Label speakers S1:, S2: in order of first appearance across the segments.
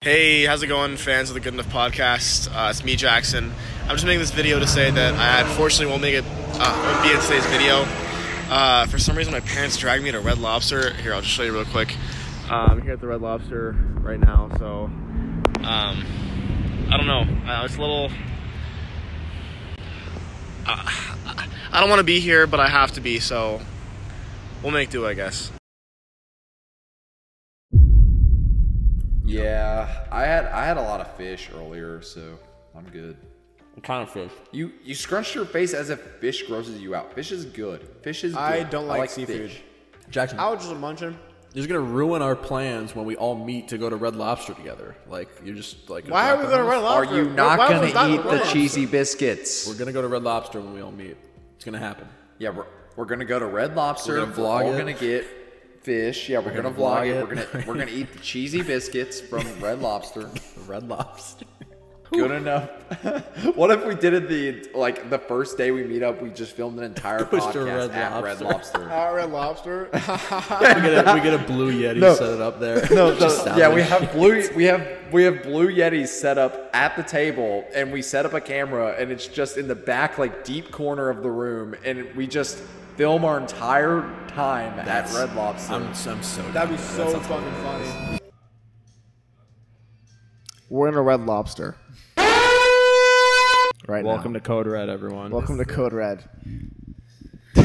S1: Hey, how's it going, fans of the Good Enough Podcast? Uh, it's me, Jackson. I'm just making this video to say that I unfortunately won't make it, uh, won't be in today's video. Uh, for some reason, my parents dragged me to Red Lobster. Here, I'll just show you real quick. Uh, I'm here at the Red Lobster right now, so um, I don't know. I was a little. Uh, I don't want to be here, but I have to be, so we'll make do, I guess.
S2: Yeah, I had I had a lot of fish earlier, so I'm good.
S3: What kind of fish?
S2: You you scrunched your face as if fish grosses you out. Fish is good. Fish is. Good.
S4: I don't like seafood.
S2: fish.
S5: Jackson,
S4: I was just munching.
S5: you're just gonna ruin our plans when we all meet to go to Red Lobster together. Like you're just like.
S4: Why are we going to Red
S2: Are
S4: Lobster?
S2: you not
S4: Why was
S2: gonna
S4: that
S2: eat the
S4: Lobster?
S2: cheesy biscuits?
S5: We're gonna go to Red Lobster when we all meet. It's gonna happen.
S2: yeah, we're we're gonna go to Red Lobster.
S5: We're
S2: We're,
S5: gonna vlog
S2: all
S5: it.
S2: gonna get fish. Yeah, we're, gonna, vlog it. We're gonna we're gonna eat the cheesy biscuits from Red Lobster.
S5: Red Lobster.
S2: Good enough. what if we did it the like the first day we meet up? We just filmed an entire
S5: Goes to
S2: podcast
S5: Red
S2: at Red
S5: Lobster.
S2: Lobster.
S4: At Red Lobster?
S5: we, get a, we get a blue Yeti
S2: No.
S5: set it up there.
S2: No,
S5: Just
S2: the- yeah, we
S5: salvage.
S2: have blue. We have we have blue Yetis set up at the table, and we set up a camera, and it's just in the back, like deep corner of the room, and we just film our entire time
S5: That's-
S2: at Red Lobster.
S5: I'm, I'm so. down
S4: That'd be
S5: for that.
S4: so
S5: sounds
S4: fucking funny. We're in a Red Lobster. Right
S6: Welcome to Code Red, everyone.
S4: Welcome to Code Red.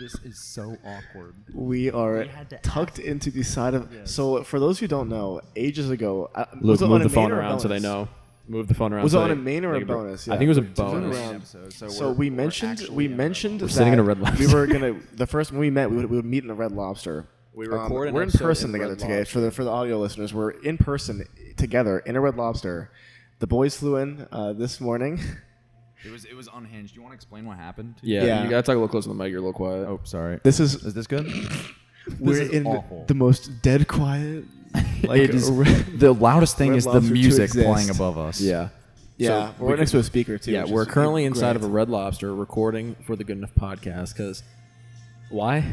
S6: This is so awkward.
S4: We are tucked into the side of. So, for those who don't know, ages ago, uh,
S6: Luke,
S4: was it on
S6: move
S4: a
S6: the phone
S4: main or a
S6: around so they
S4: bonus?
S6: know. Move the phone around.
S4: Was
S6: so
S4: it on
S6: they-
S4: a main or
S6: they
S4: a
S6: can bring-
S4: bonus?
S6: I think it was a
S4: It was on a
S6: bonus.
S4: round.
S6: Episode,
S4: So, we mentioned we mentioned that
S6: sitting in a Red
S4: we
S6: Lobster.
S4: were gonna the first when we met we would, we would meet in a Red Lobster. Um,
S5: We record an
S4: we're in
S5: episode
S4: person
S5: in
S4: together
S5: Red
S4: today
S5: Lobster.
S4: for the for the audio listeners. We're in person together in a Red Lobster. The boys flew in uh, this morning.
S7: It was it was unhinged. You want to explain what happened?
S6: Yeah,
S4: Yeah.
S6: you gotta talk a little closer to the mic. You're a little quiet.
S7: Oh, sorry.
S4: This is
S7: Is this good?
S4: we're
S7: is
S4: in
S7: awful.
S4: the most dead quiet. Like
S7: it is.
S4: a Red-
S7: The loudest thing
S4: Red
S7: is the
S4: Lobster to
S7: music
S4: exist.
S7: playing above us.
S6: Yeah.
S4: yeah, we're next to a speaker too.
S6: Yeah,
S4: which
S6: we're
S4: is
S6: currently inside of
S4: great.
S6: a Red Lobster recording for the Good Enough podcast. Cause why?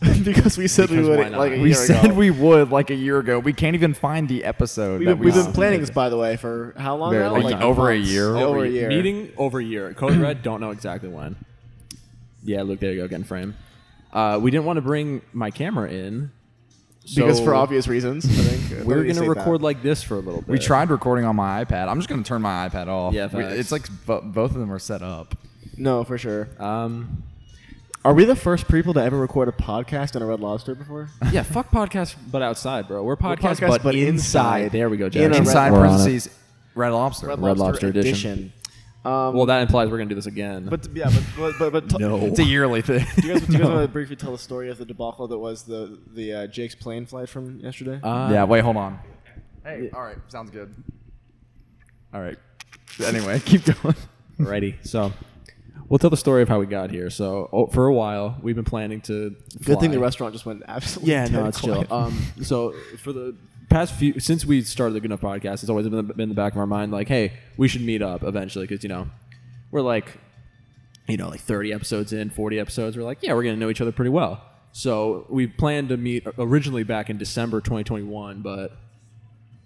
S4: because we said we
S6: Because why
S4: would
S6: not?
S4: like a
S7: We
S4: year
S7: said
S4: ago.
S7: we would like a year ago. We can't even find the episode.
S4: We've
S7: that
S4: been,
S7: we
S4: we've been
S7: submitted.
S4: planning this, by the way, for how long
S6: Very
S4: now?
S6: long
S4: Like
S6: time.
S7: Over a
S4: months.
S7: year.
S4: Over a year.
S6: Meeting over a year. Code Red. Don't know exactly when. Yeah, Luke. There you go. Getting frame. Uh, we didn't want to bring my camera in.
S4: because
S6: so
S4: for obvious reasons, I think
S6: we
S4: are
S6: were gonna record like this for a little bit.
S7: We tried recording on my iPad. I'm just gonna turn my iPad off.
S6: Yeah,
S7: We-
S6: facts.
S7: it's like bo- both of them are set up.
S4: No, for sure.
S6: Um,
S4: Uh, Are we the first people to ever record a podcast in a Red Lobster before?
S6: yeah, fuck podcast, but outside, bro. We're podcast,
S4: podcast,
S6: but,
S4: but
S6: inside.
S4: inside.
S6: There we go,
S4: In a
S6: Jack.
S4: Red
S7: Inside
S6: We're on it.
S7: parentheses, Red Lobster.
S6: Red Lobster edition.
S4: Um,
S6: Well, that implies we're gonna do this again.
S4: but yeah, but but but, but t-
S7: It's a yearly thing.
S4: do you guys, do you guys want to briefly tell the story of the debacle that was the the uh, Jake's plane flight from yesterday?
S6: uh,
S7: yeah. Wait. Hold on. Hey. All right. Sounds good. All right. Anyway, keep going.
S6: Alrighty. So we'll tell the story of how we got here. So oh, for a while, we've been planning to.
S4: Good thing
S6: fly.
S4: the restaurant just went absolutely.
S6: Yeah, no,
S4: dead
S6: it's
S4: quiet.
S6: chill. Um, so for the past few, since we started the Good Enough podcast, it's always been been in the back of our mind, like, hey, we should meet up eventually, because you know, we're like, you know, like thirty episodes in, forty episodes, we're like, yeah, we're gonna know each other pretty well. So we planned to meet originally back in December 2021, but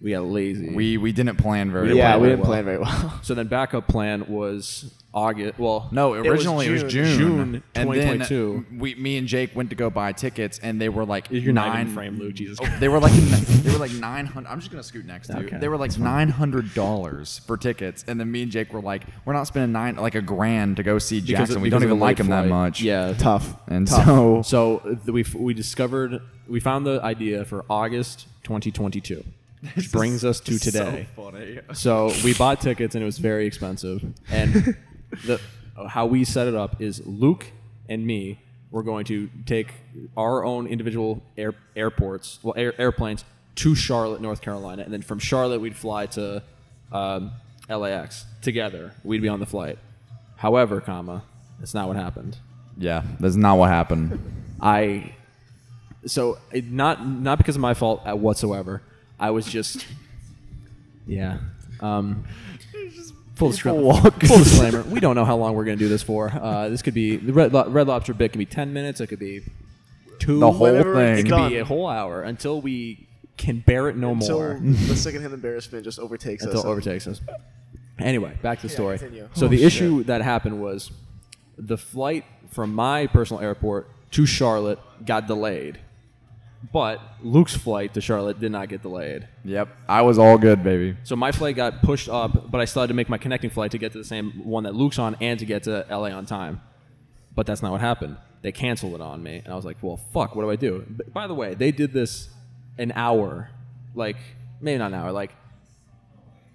S6: we got lazy.
S7: We we didn't plan very
S4: yeah,
S7: well.
S4: we didn't plan very well.
S6: so then backup plan was August. Well,
S7: No,
S6: was
S7: originally it was June.
S6: June
S7: and
S6: 2022.
S7: Then we, me and Jake went to go buy tickets, and they were like
S6: you're not
S7: nine
S6: even frame, Lou. Jesus.
S7: Oh, they were like they were like nine hundred. I'm just gonna scoot next to you.
S6: Okay.
S7: They were like nine hundred dollars for tickets, and then me and Jake were like, we're not spending nine like a grand to go see
S6: Because
S7: Jackson.
S6: of-
S7: we don't
S6: because of
S7: even
S6: the
S7: like
S6: late
S7: him that
S6: flight.
S7: much.
S6: Yeah,
S4: Tough.
S7: and so
S6: So th- we f- we discovered we found the idea for August 2022, which brings us to today. So,
S7: funny.
S6: we bought tickets and it was very expensive. And the how we set it up is Luke and me were going to take our own individual air, airports, well air, airplanes to Charlotte, North Carolina, and then from Charlotte we'd fly to um, LAX together. We'd be on the flight. However, comma, that's not what happened.
S7: Yeah, that's not what happened.
S6: I so it, not not because of my fault at whatsoever. I was just yeah. Um, full disclaimer. Full disclaimer. We don't know how long we're going to do this for. Uh, this could be the red, Lo- red lobster bit could be ten minutes. It could be two.
S7: The whole
S4: Whatever,
S7: thing.
S4: it's
S6: It could
S4: done.
S6: be a whole hour until we can bear it no more.
S4: the secondhand embarrassment just overtakes
S6: until
S4: us.
S6: overtakes us. Anyway, back to the story.
S4: continue.
S6: So the issue that happened was the flight from my personal airport to Charlotte got delayed, but Luke's flight to Charlotte did not get delayed.
S2: Yep. I was all good, baby.
S6: So my flight got pushed up, but I still had to make my connecting flight to get to the same one that Luke's on and to get to LA on time. But that's not what happened. They canceled it on me, and I was like, "Well, fuck. What do I do?" B- By the way, they did this an hour, like maybe not an hour, like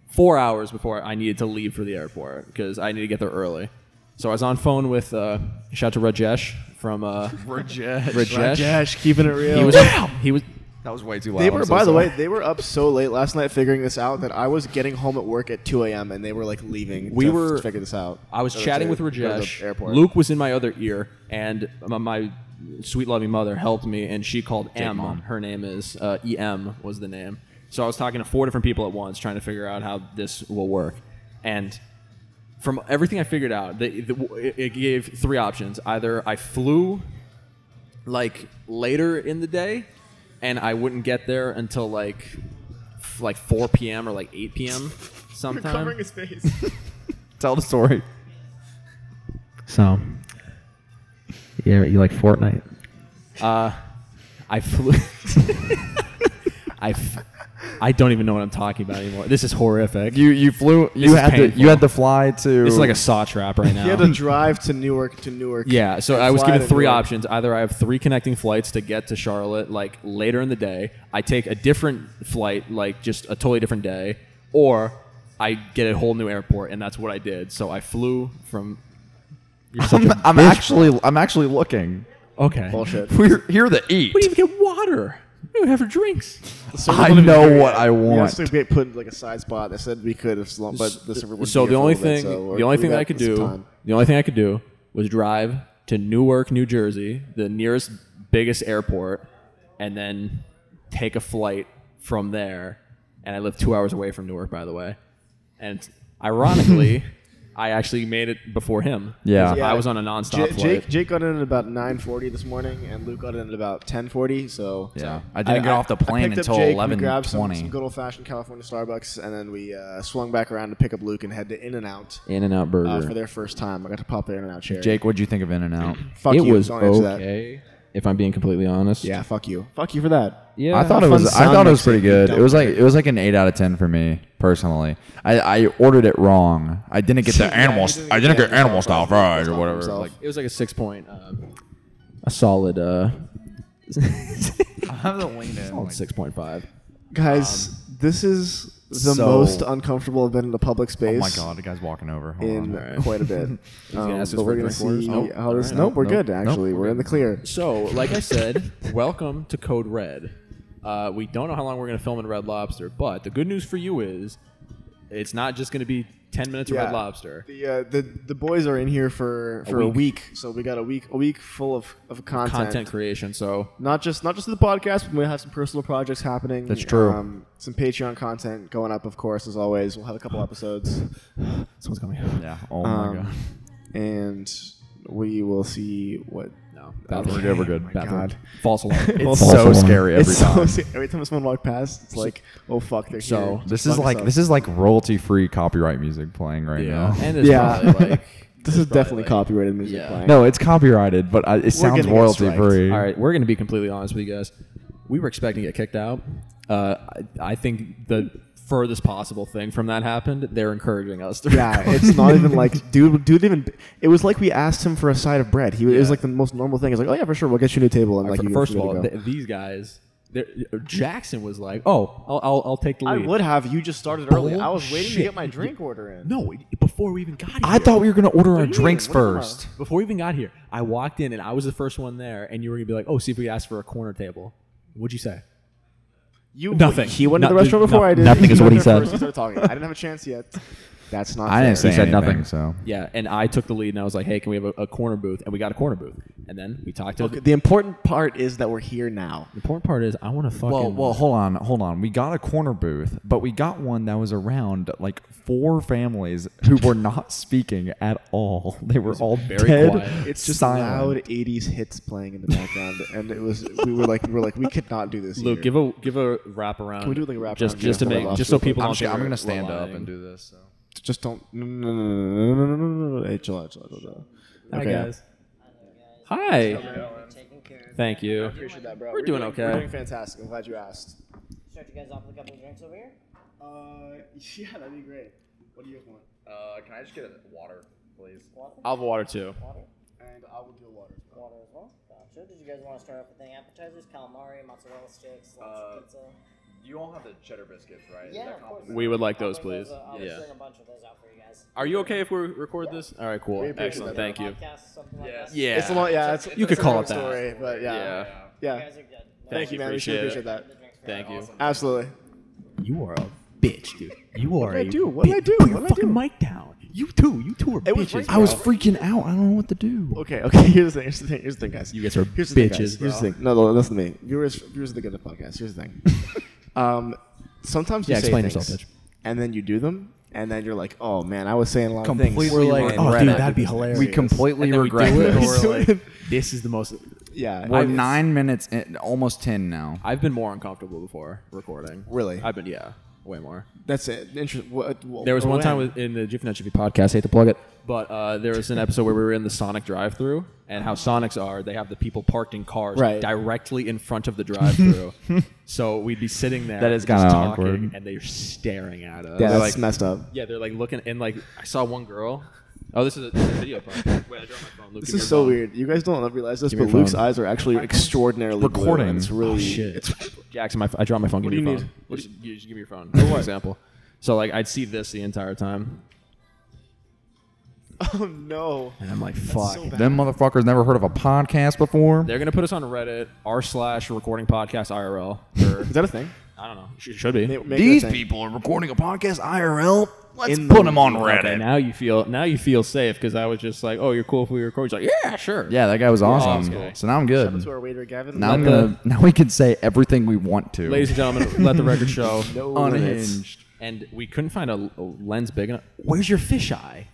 S6: four hours before I needed to leave for the airport because I needed to get there early. So I was on phone with uh, shout out to Rajesh from uh,
S2: Rajesh.
S6: Rajesh.
S4: Rajesh, keeping it real.
S6: He was on, he was
S2: That was way too loud.
S4: They
S2: I'm
S4: were,
S2: so
S4: by the
S2: sorry.
S4: way, they were up so late last night figuring this out that I was getting home at work at 2 a.m. and they were like leaving.
S6: We
S4: to
S6: were-
S4: to figure this out.
S6: I was
S4: Or to
S6: chatting with
S4: go to the
S6: Rajesh.
S4: Airport.
S6: Luke was in my other ear, and my, my sweet loving mother helped me, and she called M. Her name is uh, EM was the name. So I was talking to four different people at once, trying to figure out how this will work. And from everything I figured out, they, the, it- it gave three options: either I flew like later in the day, and I wouldn't get there until like f- like 4 p.m. or like 8 p.m. sometime.
S4: his face.
S2: tell the story.
S8: So, yeah, you like Fortnite?
S6: I flew. I, f- I don't even know what I'm talking about anymore. This is horrific.
S2: You you flew. You
S6: is
S2: had to.
S6: painful.
S2: You had to fly to.
S6: this is like a saw trap right
S4: He had to
S6: now.
S4: drive to Newark to Newark.
S6: Um, Yeah, so
S4: and
S6: I was
S4: fly
S6: given
S4: to
S6: three
S4: Newark.
S6: options. Either I have three connecting flights to get to Charlotte, like later in the day, I take a different flight, like just a totally different day, or I get a whole new airport, and that's what I did. So I flew from. You're such
S2: I'm,
S6: a
S2: I'm
S6: bitch.
S2: actually. I'm actually looking.
S6: Okay.
S4: Bullshit.
S2: We're here to eat.
S6: We didn't even get water. We didn't have drinks.
S4: So
S2: I
S4: we would've
S2: know
S4: been
S2: what I
S4: We
S2: want.
S4: actually get put in like a side spot. They said we could, if, long- but the server wouldn't
S6: so
S4: be here for a
S6: the only
S4: little bit,
S6: thing
S4: so we're-
S6: the only
S4: we
S6: thing
S4: got
S6: I could
S4: some
S6: do
S4: time.
S6: the only thing I could do was drive to Newark, New Jersey, the nearest biggest airport, and then take a flight from there. And I live two hours away from Newark, by the way. And ironically, I actually made it before him.
S2: Yeah.
S6: I was on a nonstop
S4: J-
S6: flight.
S4: Jake Jake got in at about 9:40 this morning, and Luke got in at about 10:40. So
S9: Yeah, I didn't get off the
S4: I
S9: plane
S4: picked up
S9: until
S4: Jake,
S9: eleven
S4: We grabbed some, some
S9: twenty.
S4: good old fashioned California Starbucks, and then we uh, swung back around to pick up Luke and head to In and Out
S6: In and Out
S4: uh,
S6: Burger.
S4: for their first time. I got to pop their In and Out chair.
S9: Jake, what'd you think of In and Out?
S4: fuck
S6: it
S4: you.
S6: was
S4: Don't answer that.
S6: okay, if I'm being completely honest.
S4: Yeah, fuck you. Fuck you for that.
S6: Yeah.
S9: I thought it
S4: Fun
S9: was. I
S4: sound
S9: thought it was
S4: mixtape,
S9: pretty
S4: you
S9: good. It
S4: dumb
S9: was like it was like an eight out of ten for me personally. I, I ordered it wrong. I didn't get
S4: Yeah,
S9: the
S4: you
S9: animal.
S4: didn't
S9: I
S4: get
S9: didn't
S4: the
S9: get animal
S4: animal
S9: style
S4: style
S9: fries or
S4: fries
S9: whatever.
S4: himself.
S9: Like,
S6: It was like a six point, uh, a solid, uh,
S9: I'm lean
S6: solid six point five.
S4: Guys, this is the
S9: so-
S4: most uncomfortable I've been in a public
S9: Oh
S4: space.
S9: my god, the guy's walking over. Hold
S4: In
S9: on.
S4: quite a bit, um,
S6: gonna ask us
S4: but we're
S6: for
S4: gonna
S6: drink orders?
S4: see
S6: Nope.
S4: how this.
S6: Alright,
S4: nope,
S6: nope,
S4: we're good.
S9: nope,
S4: Actually,
S9: nope.
S4: we're in the clear.
S6: So, like I said, welcome to Code Red. Uh, we don't know how long we're going to film in Red Lobster, but the good news for you is it's not just going to be 10 minutes of
S4: Yeah.
S6: Red Lobster.
S4: The, uh, the the boys are in here for for a week,
S6: week.
S4: so we got a week a week full of, of content.
S6: Content creation. So,
S4: Not just not just the podcast, but we have some personal projects happening.
S9: That's true.
S4: Um, some Patreon content going up, of course, as always. We'll have a couple episodes,
S6: someone's coming.
S9: Yeah. Oh
S4: Um,
S9: my god.
S4: and we will see what.
S6: No.
S4: We're
S6: Bathroom.
S4: good, we're good.
S6: Bathroom.
S4: Oh God.
S6: False alarm.
S9: It's
S4: False
S9: so
S4: alarm.
S9: scary every
S4: It's so,
S9: time.
S4: every time someone walks past, it's like, oh fuck, they're
S6: So,
S4: here.
S9: This is like this is like royalty free copyright music playing right
S6: yeah.
S9: now.
S6: And it's
S4: Yeah.
S6: probably like.
S4: this is definitely copyrighted music
S6: Yeah.
S4: playing.
S9: No, it's copyrighted, but I, it sounds
S4: getting it
S9: royalty free.
S6: All right, we're going to be completely honest with you guys. We were expecting to get kicked out. Uh, I, I think the furthest possible thing from that happened. They're encouraging us to
S4: Yeah, it's not even like dude. Dude, even it was like we asked him for a side of bread. He it was
S6: Yeah.
S4: like the most normal thing. He's like, oh yeah, for sure, we'll get you a new table. And like,
S6: Fir-
S4: you
S6: first
S4: you
S6: of all,
S4: go.
S6: th- these guys, they're- Jackson was like, "Oh, I'll, I'll, I'll take the
S4: I
S6: lead."
S4: would have. You just started early. I was waiting to
S6: Bullshit.
S4: get my drink order in.
S6: No, before we even got here.
S9: I thought we were gonna order our
S4: do you
S9: drinks
S4: mean? What am I-
S9: first.
S6: before we even got here, I walked in and I was the first one there, and you were gonna be like, "Oh, see if we could ask for a corner table." What'd you say?
S4: you
S6: Nothing.
S4: He went to
S6: No-
S4: the restaurant
S6: there's
S4: before
S6: no-
S4: I did.
S6: nothing
S4: He
S6: is
S4: went
S6: what he
S4: there
S6: said.
S4: first, started talking. I didn't have a chance yet. That's not.
S9: I didn't say
S4: fair.
S3: He said
S9: anything,
S3: nothing.
S9: so
S6: Yeah, and I took the lead and I was like, "Hey, can we have a, a corner booth?" And we got a corner booth, and then we talked to.
S4: Look, the important part is that we're here now.
S6: the important part is, I want to fucking.
S9: Well, well, hold on, hold on. We got a corner booth, but we got one that was around like four families who were not speaking at all. They were all
S6: very
S9: dead
S6: quiet.
S4: It's just
S9: silent.
S4: loud '80s hits playing in the background, and it was we were like we were like we could not do this.
S6: Luke,
S4: here.
S6: give a give a wrap around.
S4: Can we do, like, a wrap
S6: just
S4: around?
S6: just to
S4: Yeah.
S6: make just so people.
S9: I'm,
S6: don't
S9: sh- I'm
S6: think
S9: gonna
S6: we're
S9: stand up
S6: lying.
S9: and do this. So.
S4: just don't. No, no, no, no, no, no, no, no, no. Hey, chill out, chill out, chill out.
S6: Hi
S4: Okay.
S6: guys. Hi. Thank you.
S4: Appreciate that, bro.
S6: We're doing okay.
S4: We're doing fantastic. I'm glad you asked.
S10: Start you guys off with a couple of drinks over here.
S4: Uh, yeah, that'd be great. What do you want?
S7: Uh, can I just get a water, please?
S6: I'll have water too.
S10: Water,
S4: And I will do a water.
S10: water as well. Gotcha. Did you guys want to start off with any appetizers? Calamari, mozzarella sticks, lots
S7: Uh,
S10: of pizza.
S7: You all have the cheddar biscuits, right? Is
S10: Yeah,
S7: that
S10: of course.
S7: complimentary?
S6: We would like
S10: I'll
S6: those,
S10: bring
S6: please.
S10: uh, I'll
S6: Yeah.
S10: bring a bunch of those out for you guys.
S6: Are you okay if we record this? All right, cool. Excellent. Thank you.
S10: Podcast, something like
S7: Yes.
S10: that.
S6: Yeah.
S4: It's a long, yeah. It's,
S6: You
S4: it's
S6: could
S4: a
S6: call
S4: long
S6: it that.
S4: Story, but yeah,
S6: Yeah.
S4: yeah.
S10: You guys are good.
S6: Thank you,
S4: man. We
S6: appreciate
S4: should
S6: it.
S4: appreciate that.
S6: Thank you.
S4: Absolutely.
S3: You are a bitch, dude. You are
S4: did I
S3: a
S4: do? What did I
S3: bitch.
S4: do?
S3: Put your
S4: What did I
S3: fucking
S4: do?
S3: mic down. You too. You two are
S4: It was
S3: bitches.
S4: right
S3: bro.
S4: I was
S9: freaking out. I don't know what to do.
S4: Okay, okay. Here's the thing. Here's the thing. Here's the thing, guys.
S3: You guys are
S4: here's the thing,
S3: bitches,
S4: guys. Here's the
S3: bro.
S4: thing. No, no, listen to me. Viewers, viewers of the good of the podcast. Here's the thing. um, sometimes you
S3: Yeah,
S4: say
S3: explain
S4: things,
S3: yourself, bitch.
S4: and then you do them, and then you're like, oh man, I was saying a lot of things.
S9: Completely
S3: We're like,
S9: regret
S3: oh,
S9: it.
S3: dude, that'd be hilarious.
S9: We completely regret
S6: do it,
S9: it.
S6: and we're like, this is the most.
S4: Yeah,
S9: We're
S4: I-
S9: nine minutes, in, almost ten now.
S6: I've been more uncomfortable before recording.
S4: Really?
S6: I've been yeah, way more.
S4: that's it. Interesting. What, what,
S6: There was one
S4: when?
S6: time with- in the Jiffy Nut Jiffy podcast. Hate to plug it, but uh, there was an episode where we were in the Sonic drive-through, and how Sonics are, they have the people parked in cars
S4: Right.
S6: directly in front of the drive-through. so we'd be sitting there.
S9: That is
S6: just
S9: kinda
S6: talking,
S9: awkward.
S6: and they're staring at us.
S4: Yeah,
S6: They're
S4: that's
S6: like,
S4: messed up.
S6: yeah, they're like looking, and like I saw one girl. Oh, this is a, this is a video podcast. Wait, I dropped my phone. Luke,
S4: This
S6: give
S4: is
S6: me your
S4: so
S6: phone.
S4: weird. You guys don't realize this,
S9: me
S4: but
S9: your
S4: Luke's
S9: phone.
S4: eyes are actually extraordinarily blue,
S9: Recording.
S4: and It's really
S6: Oh, shit.
S4: It's,
S6: Jackson, my, ph- I dropped my phone. Give
S4: do
S6: me your
S4: you
S6: phone.
S4: need? What
S6: Just, you just give me your phone. For example. So like I'd see this the entire time,
S4: oh no.
S6: and I'm like, fuck.
S9: Them motherfuckers never heard of a podcast before.
S6: They're gonna put us on Reddit r slash recording podcast irl. Or,
S4: Is that a thing?
S6: I don't know. Should, should be.
S4: Make- make it a
S9: These
S4: thing.
S9: people are recording a podcast IRL. Let's
S4: In
S9: put
S4: the-
S9: them on
S6: Okay,
S9: Reddit.
S6: now you feel now you feel safe because I was just like, oh, you're cool if we record. He's like, yeah, sure.
S9: Yeah, that guy was awesome.
S6: okay.
S9: So now I'm
S4: Shout out to
S9: good.
S4: our waiter Gavin.
S9: Now I'm
S6: Let the-
S9: gonna. Now we can say everything we want to.
S6: Ladies and gentlemen, let the record show.
S4: No limits.
S9: Unhinged.
S6: And we couldn't find a, a lens big enough. Where's your fisheye?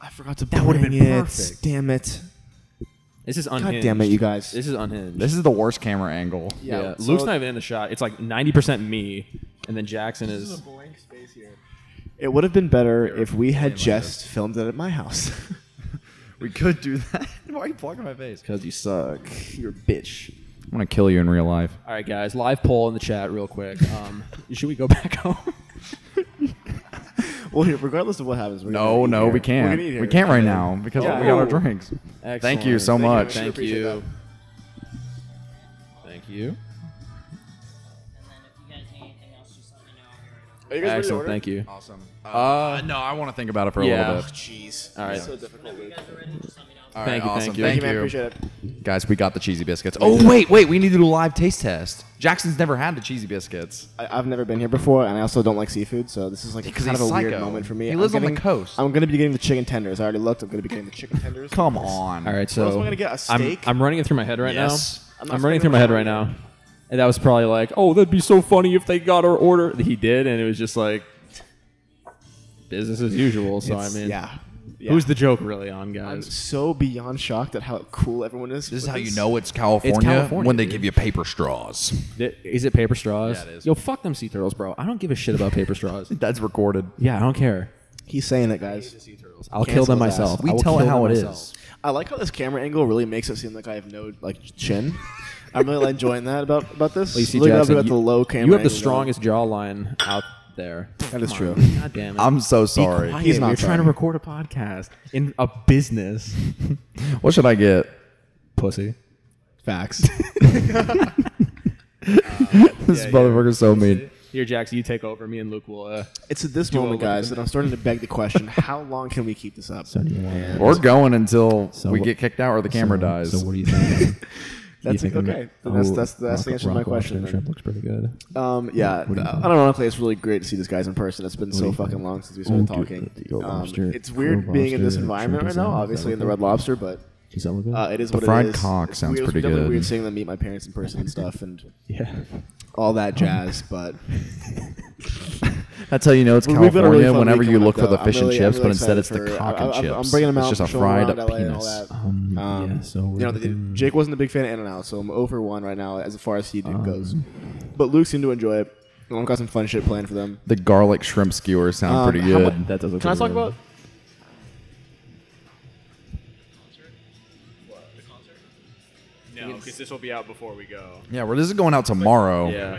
S4: I forgot to.
S6: would've
S4: bring
S6: been
S4: it.
S6: perfect.
S4: Damn it.
S6: This is
S4: God
S6: unhinged.
S4: damn it, you guys.
S6: This is unhinged.
S9: This is the worst camera angle.
S6: yeah.
S4: so-
S6: Luke's not even in the shot. It's like ninety percent me, and then Jackson is.
S4: blank space here. It would have been better if we had just filmed it at my house.
S9: We could do that. Why are you plugging my face?
S4: Because you suck. You're a bitch.
S9: I'm gonna kill you in real life.
S6: All right, guys. Live poll in the chat, real quick. Um, should we go back home?
S4: Well, here, regardless of what happens, we're gonna
S9: No,
S4: eat
S9: Oh, no,
S4: here.
S9: we
S4: We're
S9: can't.
S4: gonna eat here.
S9: We can't right now because
S4: Yeah.
S9: we got our drinks. Thank you so
S6: Excellent.
S9: much.
S4: Thank
S6: Thank
S4: Appreciate
S6: you.
S4: that.
S6: Thank you.
S10: And then if you guys need anything else, just let me know. I'll be right over.
S4: Are you guys ready to
S6: Excellent.
S4: order?
S6: Thank you.
S9: Awesome.
S6: Uh,
S9: no, I want to think about it for a
S6: yeah.
S9: little bit.
S4: Jeez.
S6: All right.
S4: So difficult.
S10: If you guys are ready, just let me know.
S9: All
S6: Thank you,
S9: awesome.
S6: thank you.
S4: Thank
S9: Thank
S4: you, man. Appreciate it.
S9: Guys, we got the cheesy biscuits. Oh wait, wait, we need to do a live taste test. Jackson's never had the cheesy biscuits.
S4: I, I've never been here before, and I also don't like seafood, so this is like
S9: Because
S4: kind of a
S9: he's
S4: weird
S9: psycho.
S4: moment for me.
S9: He lives
S4: I'm
S9: on the
S4: getting-
S9: coast.
S4: I'm gonna be getting the chicken tenders. I already looked. I'm gonna be getting the chicken tenders.
S9: Come on.
S6: All right, so
S4: else am I gonna get? A
S6: I'm-
S4: steak?
S6: I'm, running it through my head right
S9: Yes.
S6: now.
S4: I'm
S6: I'm,
S4: not
S6: running
S4: spending
S6: through my
S4: my
S6: head
S4: money.
S6: right now, and that was probably like, "Oh, that'd be so funny if they got our order." He did, and it was just like business as usual. So I mean,
S4: yeah. yeah.
S6: who's the joke really on,
S4: I'm
S6: guys?
S4: so beyond shocked at how cool everyone is.
S9: This is
S4: with
S9: how you
S4: this.
S9: know it's California,
S6: California,
S9: when they
S6: dude.
S9: give you paper straws.
S6: Th- Is it paper straws?
S9: Yeah, it is.
S6: Yo, fuck them sea turtles, bro. I don't give a shit about paper straws.
S9: That's recorded.
S6: Yeah, I don't care.
S4: He's saying it, guys. Cancel
S6: I'll kill them
S4: his ass.
S6: myself.
S9: We
S6: I will
S9: tell it
S6: kill
S9: how
S6: them
S9: it
S6: myself.
S9: is.
S4: I like how this camera angle really makes it seem like I have no like chin. I'm really enjoying that about about this.
S6: Lacey
S4: Look at how
S6: Jackson,
S4: we got
S6: you-
S4: the low camera.
S6: You have the
S4: angle
S6: strongest jawline out there.
S4: Going. That is true.
S6: God damn it.
S9: I'm so sorry.
S4: He's not
S6: You're trying to
S4: sorry.
S6: record a podcast in a business.
S9: What should I get?
S6: Pussy.
S4: Facts.
S9: This motherfucker's so mean.
S6: Here, Jax, you take over. Me and Luke will. Uh,
S4: it's at this
S6: a
S4: moment,
S6: look at
S4: guys, that I'm starting to beg the question: How long can we keep this up?
S9: We're going until we get kicked out or the camera dies.
S3: So what do you think?
S4: That's
S3: You think
S4: okay.
S3: I'm-
S4: That's-
S3: oh,
S4: that's- that's the
S3: rock-
S4: answer to my
S3: rock lobster
S4: question, then.
S3: shrimp looks pretty good.
S4: Um, yeah,
S3: What do you
S4: uh,
S3: think?
S4: unironically, it's really great to see these guys in person. It's been
S3: do
S4: so
S3: you
S4: fucking
S3: think?
S4: long since we
S3: Oh,
S4: started
S3: dude,
S4: talking.
S3: the Eagle
S4: Um,
S3: Lobster,
S4: it's weird
S3: Eagle
S4: being in this
S3: Lobster,
S4: environment right
S3: shrimp
S4: now,
S3: design,
S4: obviously in the
S3: that
S4: Red Lobster, but
S3: Does that look good?
S4: uh, it is
S9: The
S4: what
S9: fried
S4: it is.
S9: cock
S4: It's
S9: sounds
S4: weird. It was
S9: pretty
S4: definitely
S9: good.
S4: Weird seeing them meet my parents in person and stuff, and
S3: yeah.
S4: all that jazz. But
S9: That's how you know it's
S4: Well, we've got a
S9: California.
S4: really fun
S9: whenever
S4: week
S9: you
S4: coming
S9: look
S4: up,
S9: for the
S4: though.
S9: fish
S4: I'm
S9: and
S4: really-
S9: chips,
S4: I'm
S9: but
S4: really
S9: instead it's
S4: excited
S9: the
S6: uh,
S4: for-
S9: cock
S4: I-
S9: and
S4: I-
S9: chips.
S4: I'm bringing them out,
S9: It's just a
S4: showing them around
S9: fried
S4: LA and all
S9: penis.
S4: that.
S3: Um,
S4: Um,
S3: yeah, so
S4: you know,
S3: we're
S4: the-
S3: doing-
S4: Jake wasn't a big fan of In and Out, so I'm over one right now as far as he do-
S9: Um,
S4: goes. But Luke seemed to enjoy it. and I've got some fun shit planned for them.
S9: The garlic shrimp skewers sound
S4: Um,
S9: pretty
S4: how
S9: good.
S4: mu-
S6: That does look
S4: Can I
S6: pretty
S4: talk
S6: good.
S4: about?
S6: No, because this will be out before we go.
S9: yeah, well, this is going out tomorrow.
S6: Yeah.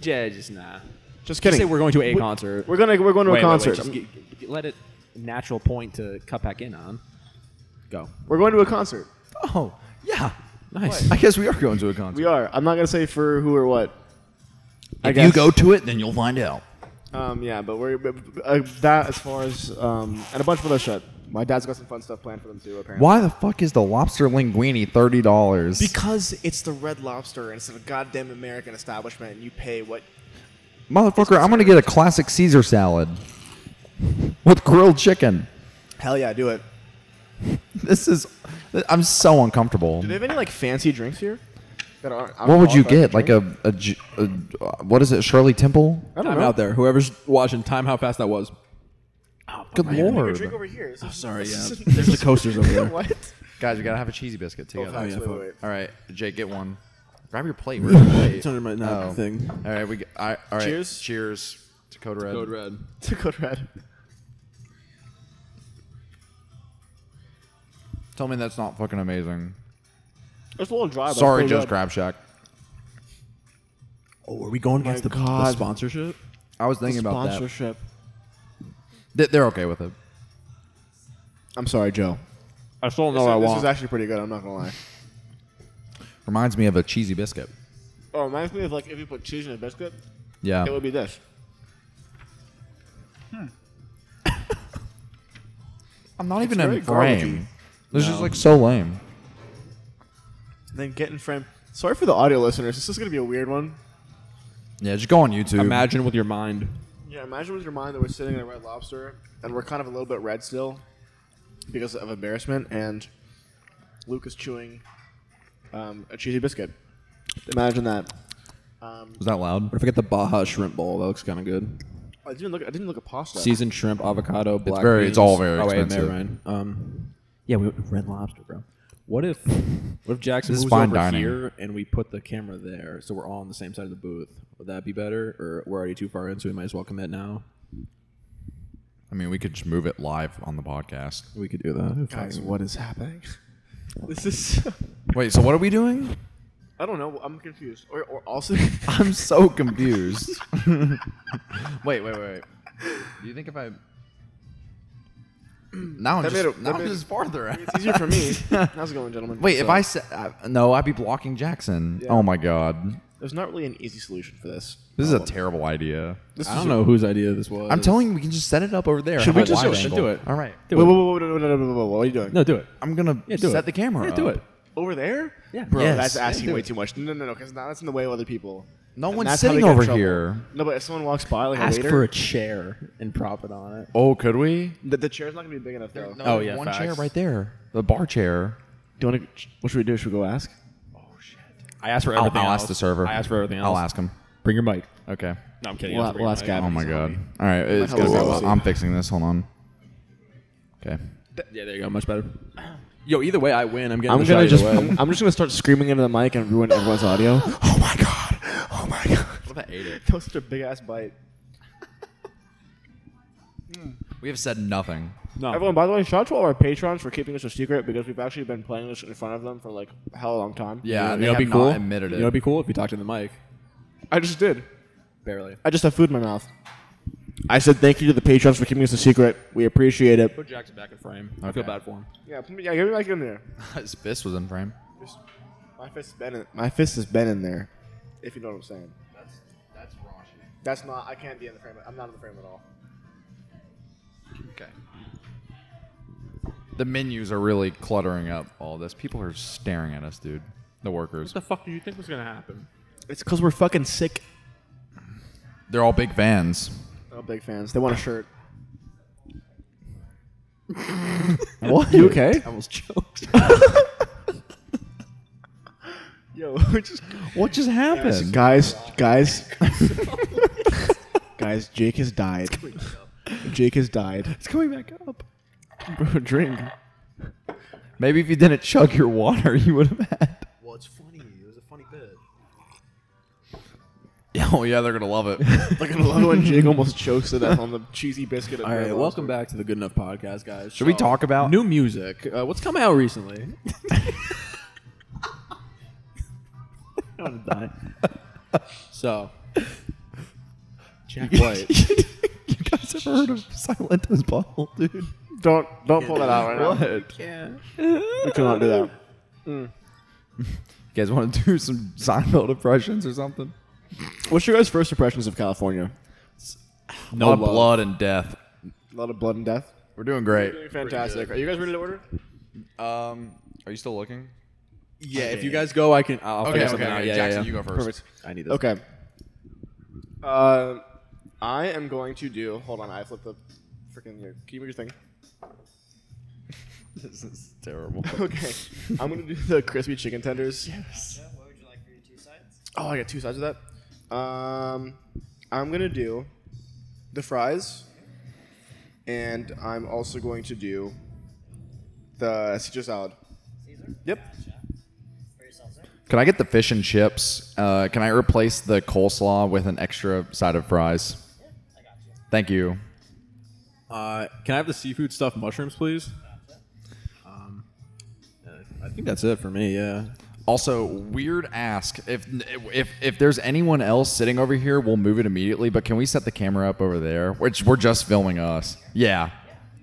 S6: Yeah, just nah.
S4: Just
S6: Just
S4: kidding.
S6: say we're going to a
S4: We-
S6: concert.
S4: We're gonna we're going to
S6: Wait,
S4: a
S6: wait, wait,
S4: concert.
S6: just g- g- let it natural point to cut back in on. Go.
S4: we're going to a concert.
S9: Oh, yeah.
S6: Nice.
S9: I guess we are going to a concert.
S4: We are. I'm not gonna say for who or what. I
S9: If you go to it, then you'll find out.
S4: Um, yeah, but we're but- but, uh, that as far as um, and a bunch of other shit. My dad's got some fun stuff planned for them too. Apparently.
S9: Why the fuck is the lobster linguine thirty dollars?
S4: Because it's the Red Lobster and it's a goddamn American establishment, and you pay what?
S9: Motherfucker, I'm gonna get a classic Caesar salad with grilled chicken.
S4: Hell yeah, do it.
S9: This is, I'm so uncomfortable.
S4: Do they have any like fancy drinks here? That are
S9: What would you get? Like a, a, ju- a- uh, what is it? Shirley Temple?
S4: I don't
S6: Time
S4: know.
S6: out there. Whoever's watching, time how fast that was.
S9: Good
S4: Your
S9: lord,
S4: drink over here. This is-
S6: Sorry, yeah. There's the coasters over there. Oh,
S4: what?
S9: guys, we gotta have a cheesy biscuit together.
S4: Facts, wait, wait, wait.
S9: All right, Oh, Jake, get one. Grab your plate. Where's your plate?
S6: It's under my not
S9: Oh.
S6: thing.
S9: All right, we. g- I, all right.
S4: Cheers.
S9: Cheers to Code Red.
S6: Code red.
S4: To Code Red.
S9: Tell me that's not fucking amazing.
S4: It's a little dry. But it's
S9: Sorry,
S4: pretty
S9: Joe's
S4: good.
S9: Crab Shack.
S6: Oh, are we going against the, the sponsorship?
S9: I was thinking about that.
S4: Sponsorship.
S9: They- They're okay with it.
S4: I'm sorry, Joe.
S6: I still
S4: this, is, this is actually pretty good. I'm not gonna lie.
S9: Reminds me of a cheesy biscuit.
S4: Oh, reminds me of like if you put cheese in a biscuit,
S9: Yeah. Hmm.
S4: it would be this.
S9: I'm not even
S4: very
S9: in
S4: garbagey.
S9: frame. This is like so lame.
S4: Then get in frame. Sorry for the audio listeners. This is gonna be a weird one.
S9: Yeah, just go on YouTube.
S6: Imagine with your mind.
S4: Yeah, imagine with your mind that we're sitting in a red lobster and we're kind of a little bit red still because of embarrassment, and Luke is chewing um, a cheesy biscuit. Imagine that.
S9: Was that loud?
S6: What if I get the Baja shrimp bowl? That looks kind of good.
S4: I didn't look. I didn't look at pasta.
S6: Seasoned shrimp, avocado, black.
S9: very- it's
S6: beans.
S9: all very
S6: oh, wait,
S9: expensive.
S6: never mind. Um, yeah, we red lobster, bro. What if, what if Jackson
S9: This is
S6: moves
S9: fine
S6: over
S9: dining.
S6: here and we put the camera there, so we're all on the same side of the booth? Would that be better, or we're already too far in, so we might as well commit now?
S9: I mean, we could just move it live on the podcast.
S6: We could do that.
S4: guys, what is happening? This is.
S9: Wait, so what are we doing?
S4: I don't know. I'm confused. Or, or also,
S9: I'm so confused. wait, wait, wait, wait. Do you think if I now I'm
S4: That
S9: just,
S4: made it-
S9: now
S4: that
S9: I'm
S4: made-
S9: just farther out.
S4: it's easier for me. How's it going, gentlemen?
S9: Wait, if
S4: So,
S9: I said uh, no, I'd be blocking Jackson.
S4: Yeah.
S9: Oh my god,
S4: there's not really an easy solution for this.
S9: this is a terrible idea.
S4: This
S6: I
S4: is
S6: don't know whose idea this was.
S9: I'm telling you, we can just set it up over there.
S4: Should we
S9: Have a
S4: just
S9: wide
S4: do it?
S9: angle.
S6: Do it.
S9: All right,
S6: Do
S4: Wait,
S6: it.
S4: wait, wait, wait, wait, wait, wait, wait, wait, What are you doing?
S6: No, do it.
S9: I'm gonna
S6: Yeah, do
S9: set
S6: it.
S9: the camera.
S6: Yeah, do
S9: up.
S6: it.
S4: Over there?
S6: Yeah,
S4: Bro,
S9: Yes.
S4: that's asking
S6: do
S4: way
S6: it.
S4: too much. No, no, no, because now that's in the way of other people.
S9: No
S4: And
S9: one's
S4: that's how they
S9: sitting
S4: get in
S9: over
S4: trouble.
S9: here.
S4: No, but if someone walks by, like
S6: Ask
S4: a waiter,
S6: for a chair and prop it on it.
S9: Oh, could we?
S4: the, the chair's not gonna be big enough though.
S9: No,
S6: Oh,
S9: there's
S6: yeah,
S9: one
S6: facts.
S9: chair right there, the bar chair.
S4: Do you want to? What should we do? Should we go ask?
S6: I asked for
S9: I'll,
S6: everything.
S9: I'll
S6: else.
S9: ask the server.
S6: I asked for everything else.
S9: I'll ask him.
S6: Bring your mic.
S9: Okay.
S6: No, I'm kidding.
S4: We'll-
S6: I'll
S4: we'll ask Gavin.
S9: Oh my god. All right, it's
S4: help
S9: gonna
S4: us out.
S9: be, I'm fixing this. Hold on. Okay.
S6: Yeah, there you go. Much better. Yo, either way, I win. I'm getting.
S4: I'm
S6: the
S4: gonna
S6: shot
S4: just.
S6: either way.
S4: I'm, I'm just gonna start screaming into the mic and ruin everyone's audio.
S9: Oh my god. Oh my god. What if I ate it?
S4: that was such a big ass bite.
S9: We have said nothing.
S6: no.
S4: Everyone, by the way, shout out to all our patrons for keeping this a secret because we've actually been playing this in front of them for like how long time.
S9: Yeah,
S6: you
S9: they
S6: know,
S9: have
S6: it'd be
S9: not
S6: cool.
S9: admitted
S6: You
S9: it.
S6: know, it'd be cool if you talked in the mic.
S4: I just did.
S6: Barely.
S4: I just have food in my mouth. I said thank you to the patrons for keeping us a secret. We appreciate it.
S6: Put Jackson back in frame. I feel bad for him.
S4: Yeah, put me- yeah, get me back in there.
S9: His fist was in frame.
S4: My fist has been in, my fist has been in there, if you know what I'm saying. That's not. I can't be in the frame. I'm not in the frame at all.
S9: Okay. The menus are really cluttering up all this. People are staring at us, dude. The workers.
S11: What the fuck did you think was gonna happen?
S4: It's because we're fucking sick.
S9: They're all big vans.
S4: Oh, big fans. They want a shirt.
S9: What?
S4: You okay?
S9: I almost choked.
S4: Yo, we're just
S9: what just happened?
S4: guys, guys, guys. Jake has died. Jake has died.
S9: It's coming back up.
S4: Bro, drink.
S9: Maybe if you didn't chug your water, you would have had.
S6: Well, it's funny. It was a funny bit.
S9: Oh yeah, they're gonna love it.
S4: Like I love it when Jake almost chokes to death on the cheesy biscuit.
S6: All right, welcome back to the Good Enough Podcast, guys.
S9: Should we talk about-
S6: new music? Uh, what's come out recently? I'm dying. So, Jack White.
S9: you guys ever heard of Silento's bottle, dude?
S4: Don't don't pull that out right now.
S9: What? Mm. You
S4: We cannot do that.
S9: guys want to do some Seinfeld impressions or something?
S4: What's your guys' first impressions of California?
S9: No blood and death.
S4: A lot of blood and death.
S9: We're doing great.
S4: Fantastic. Are you guys ready to order?
S9: Um, are you still looking?
S6: Yeah, if you guys go, I can. I'll
S9: Okay,
S6: figure
S9: okay,
S6: something out.
S9: okay.
S6: Yeah,
S9: Jackson,
S6: yeah, yeah.
S9: you go first.
S4: Perfect.
S6: I need this.
S4: Okay. Uh, I am going to do. Hold on, I flipped the freaking. Can you move your thing?
S9: This is terrible.
S4: Okay. I'm gonna do the crispy chicken tenders.
S10: Yeah, what would you like for your two sides?
S4: Oh, I got two sides of that. Um, I'm gonna do the fries, and I'm also going to do the Caesar salad.
S10: Caesar?
S4: Yep.
S10: For yourself,
S6: uh,
S10: sir?
S9: Can I get the fish and chips? Uh, can I replace the coleslaw with an extra side of fries?
S10: I got you.
S9: Thank you.
S6: Uh, can I have the seafood stuffed mushrooms, please? Um, uh, I think that's it for me. Yeah.
S9: Also, weird ask. If if if there's anyone else sitting over here, we'll move it immediately. But can we set the camera up over there? Which we're just filming us. Yeah.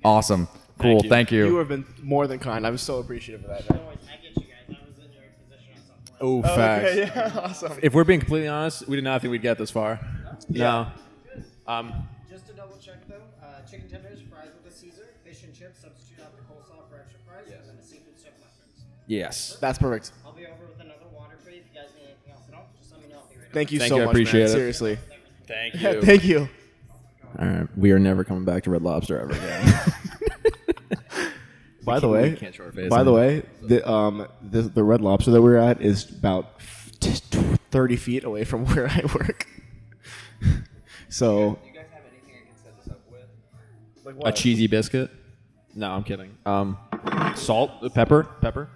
S9: Awesome. Cool. Thank you.
S4: You have been more than kind. I'm so appreciative of that.
S10: Otherwise, I get you guys. I was in your position at some point.
S6: Oh, facts.
S4: yeah, awesome.
S6: If we're being completely honest, we did not think we'd get this far. No. Um,
S10: Just to double check though, uh, chicken tenders, fries with a Caesar, fish and chips, substitute out the coleslaw for extra fries, and then a seafood stuffed mushrooms.
S6: yes.
S4: That's perfect.
S10: I'll be over with another water for you if you guys need anything else at all. Just let me know. I'll be ready.
S4: Thank you
S6: Thank
S4: so
S6: you, I
S4: much.
S6: appreciate
S4: man.
S6: it.
S4: Seriously.
S6: Thank
S4: Thank you.
S6: All right, we are never coming back to Red Lobster ever again.
S4: By the
S6: we
S4: way,
S6: can't show our face
S4: by the
S6: anymore.
S4: way, the um the, the red lobster that we we're at is about thirty feet away from where I work. so
S6: a cheesy biscuit. No, I'm kidding. Um, salt, uh, pepper, pepper.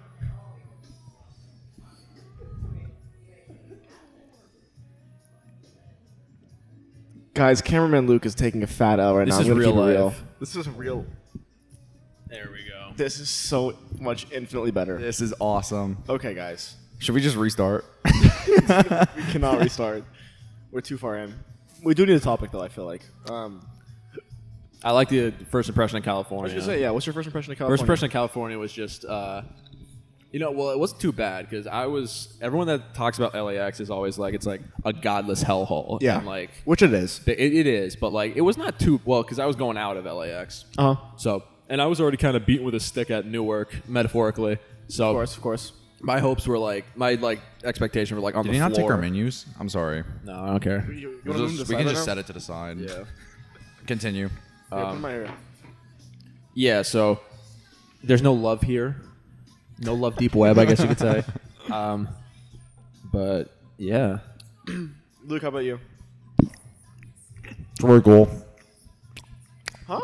S4: guys, cameraman Luke is taking a fat L right
S6: This
S4: now.
S6: is
S4: I'm gonna
S6: real
S4: keep it
S6: life.
S4: real. This is real.
S6: There we go.
S4: This is so much infinitely better.
S9: This is awesome.
S4: Okay, guys,
S9: Should we just restart?
S4: we cannot restart. We're too far in. We do need a topic though. I feel like. Um,
S6: I like the first impression of California.
S4: I should say, yeah. What's your first impression of California?
S6: First impression of California was just, uh, you know, well, it wasn't too bad because I was. Everyone that talks about LAX is always like it's like a godless hellhole.
S4: Yeah.
S6: And, like
S4: Which it is.
S6: it, it is, but like it was not too well because I was going out of LAX.
S4: Uh huh.
S6: So, and I was already kind of beaten with a stick at Newark, metaphorically. So,
S4: Of course, of course.
S6: my hopes were like my like expectation were like on
S9: Did
S6: the
S9: you not
S6: floor.
S9: take our menus? I'm sorry.
S6: No, I don't care.
S4: You,
S9: We'll just- we can just set it to the side.
S6: Yeah.
S9: Continue.
S6: Yeah. So, there's no love here. No love deep web, I guess you could say. Um, but yeah,
S4: Luke, how about you?
S9: It's pretty cool.
S4: Huh?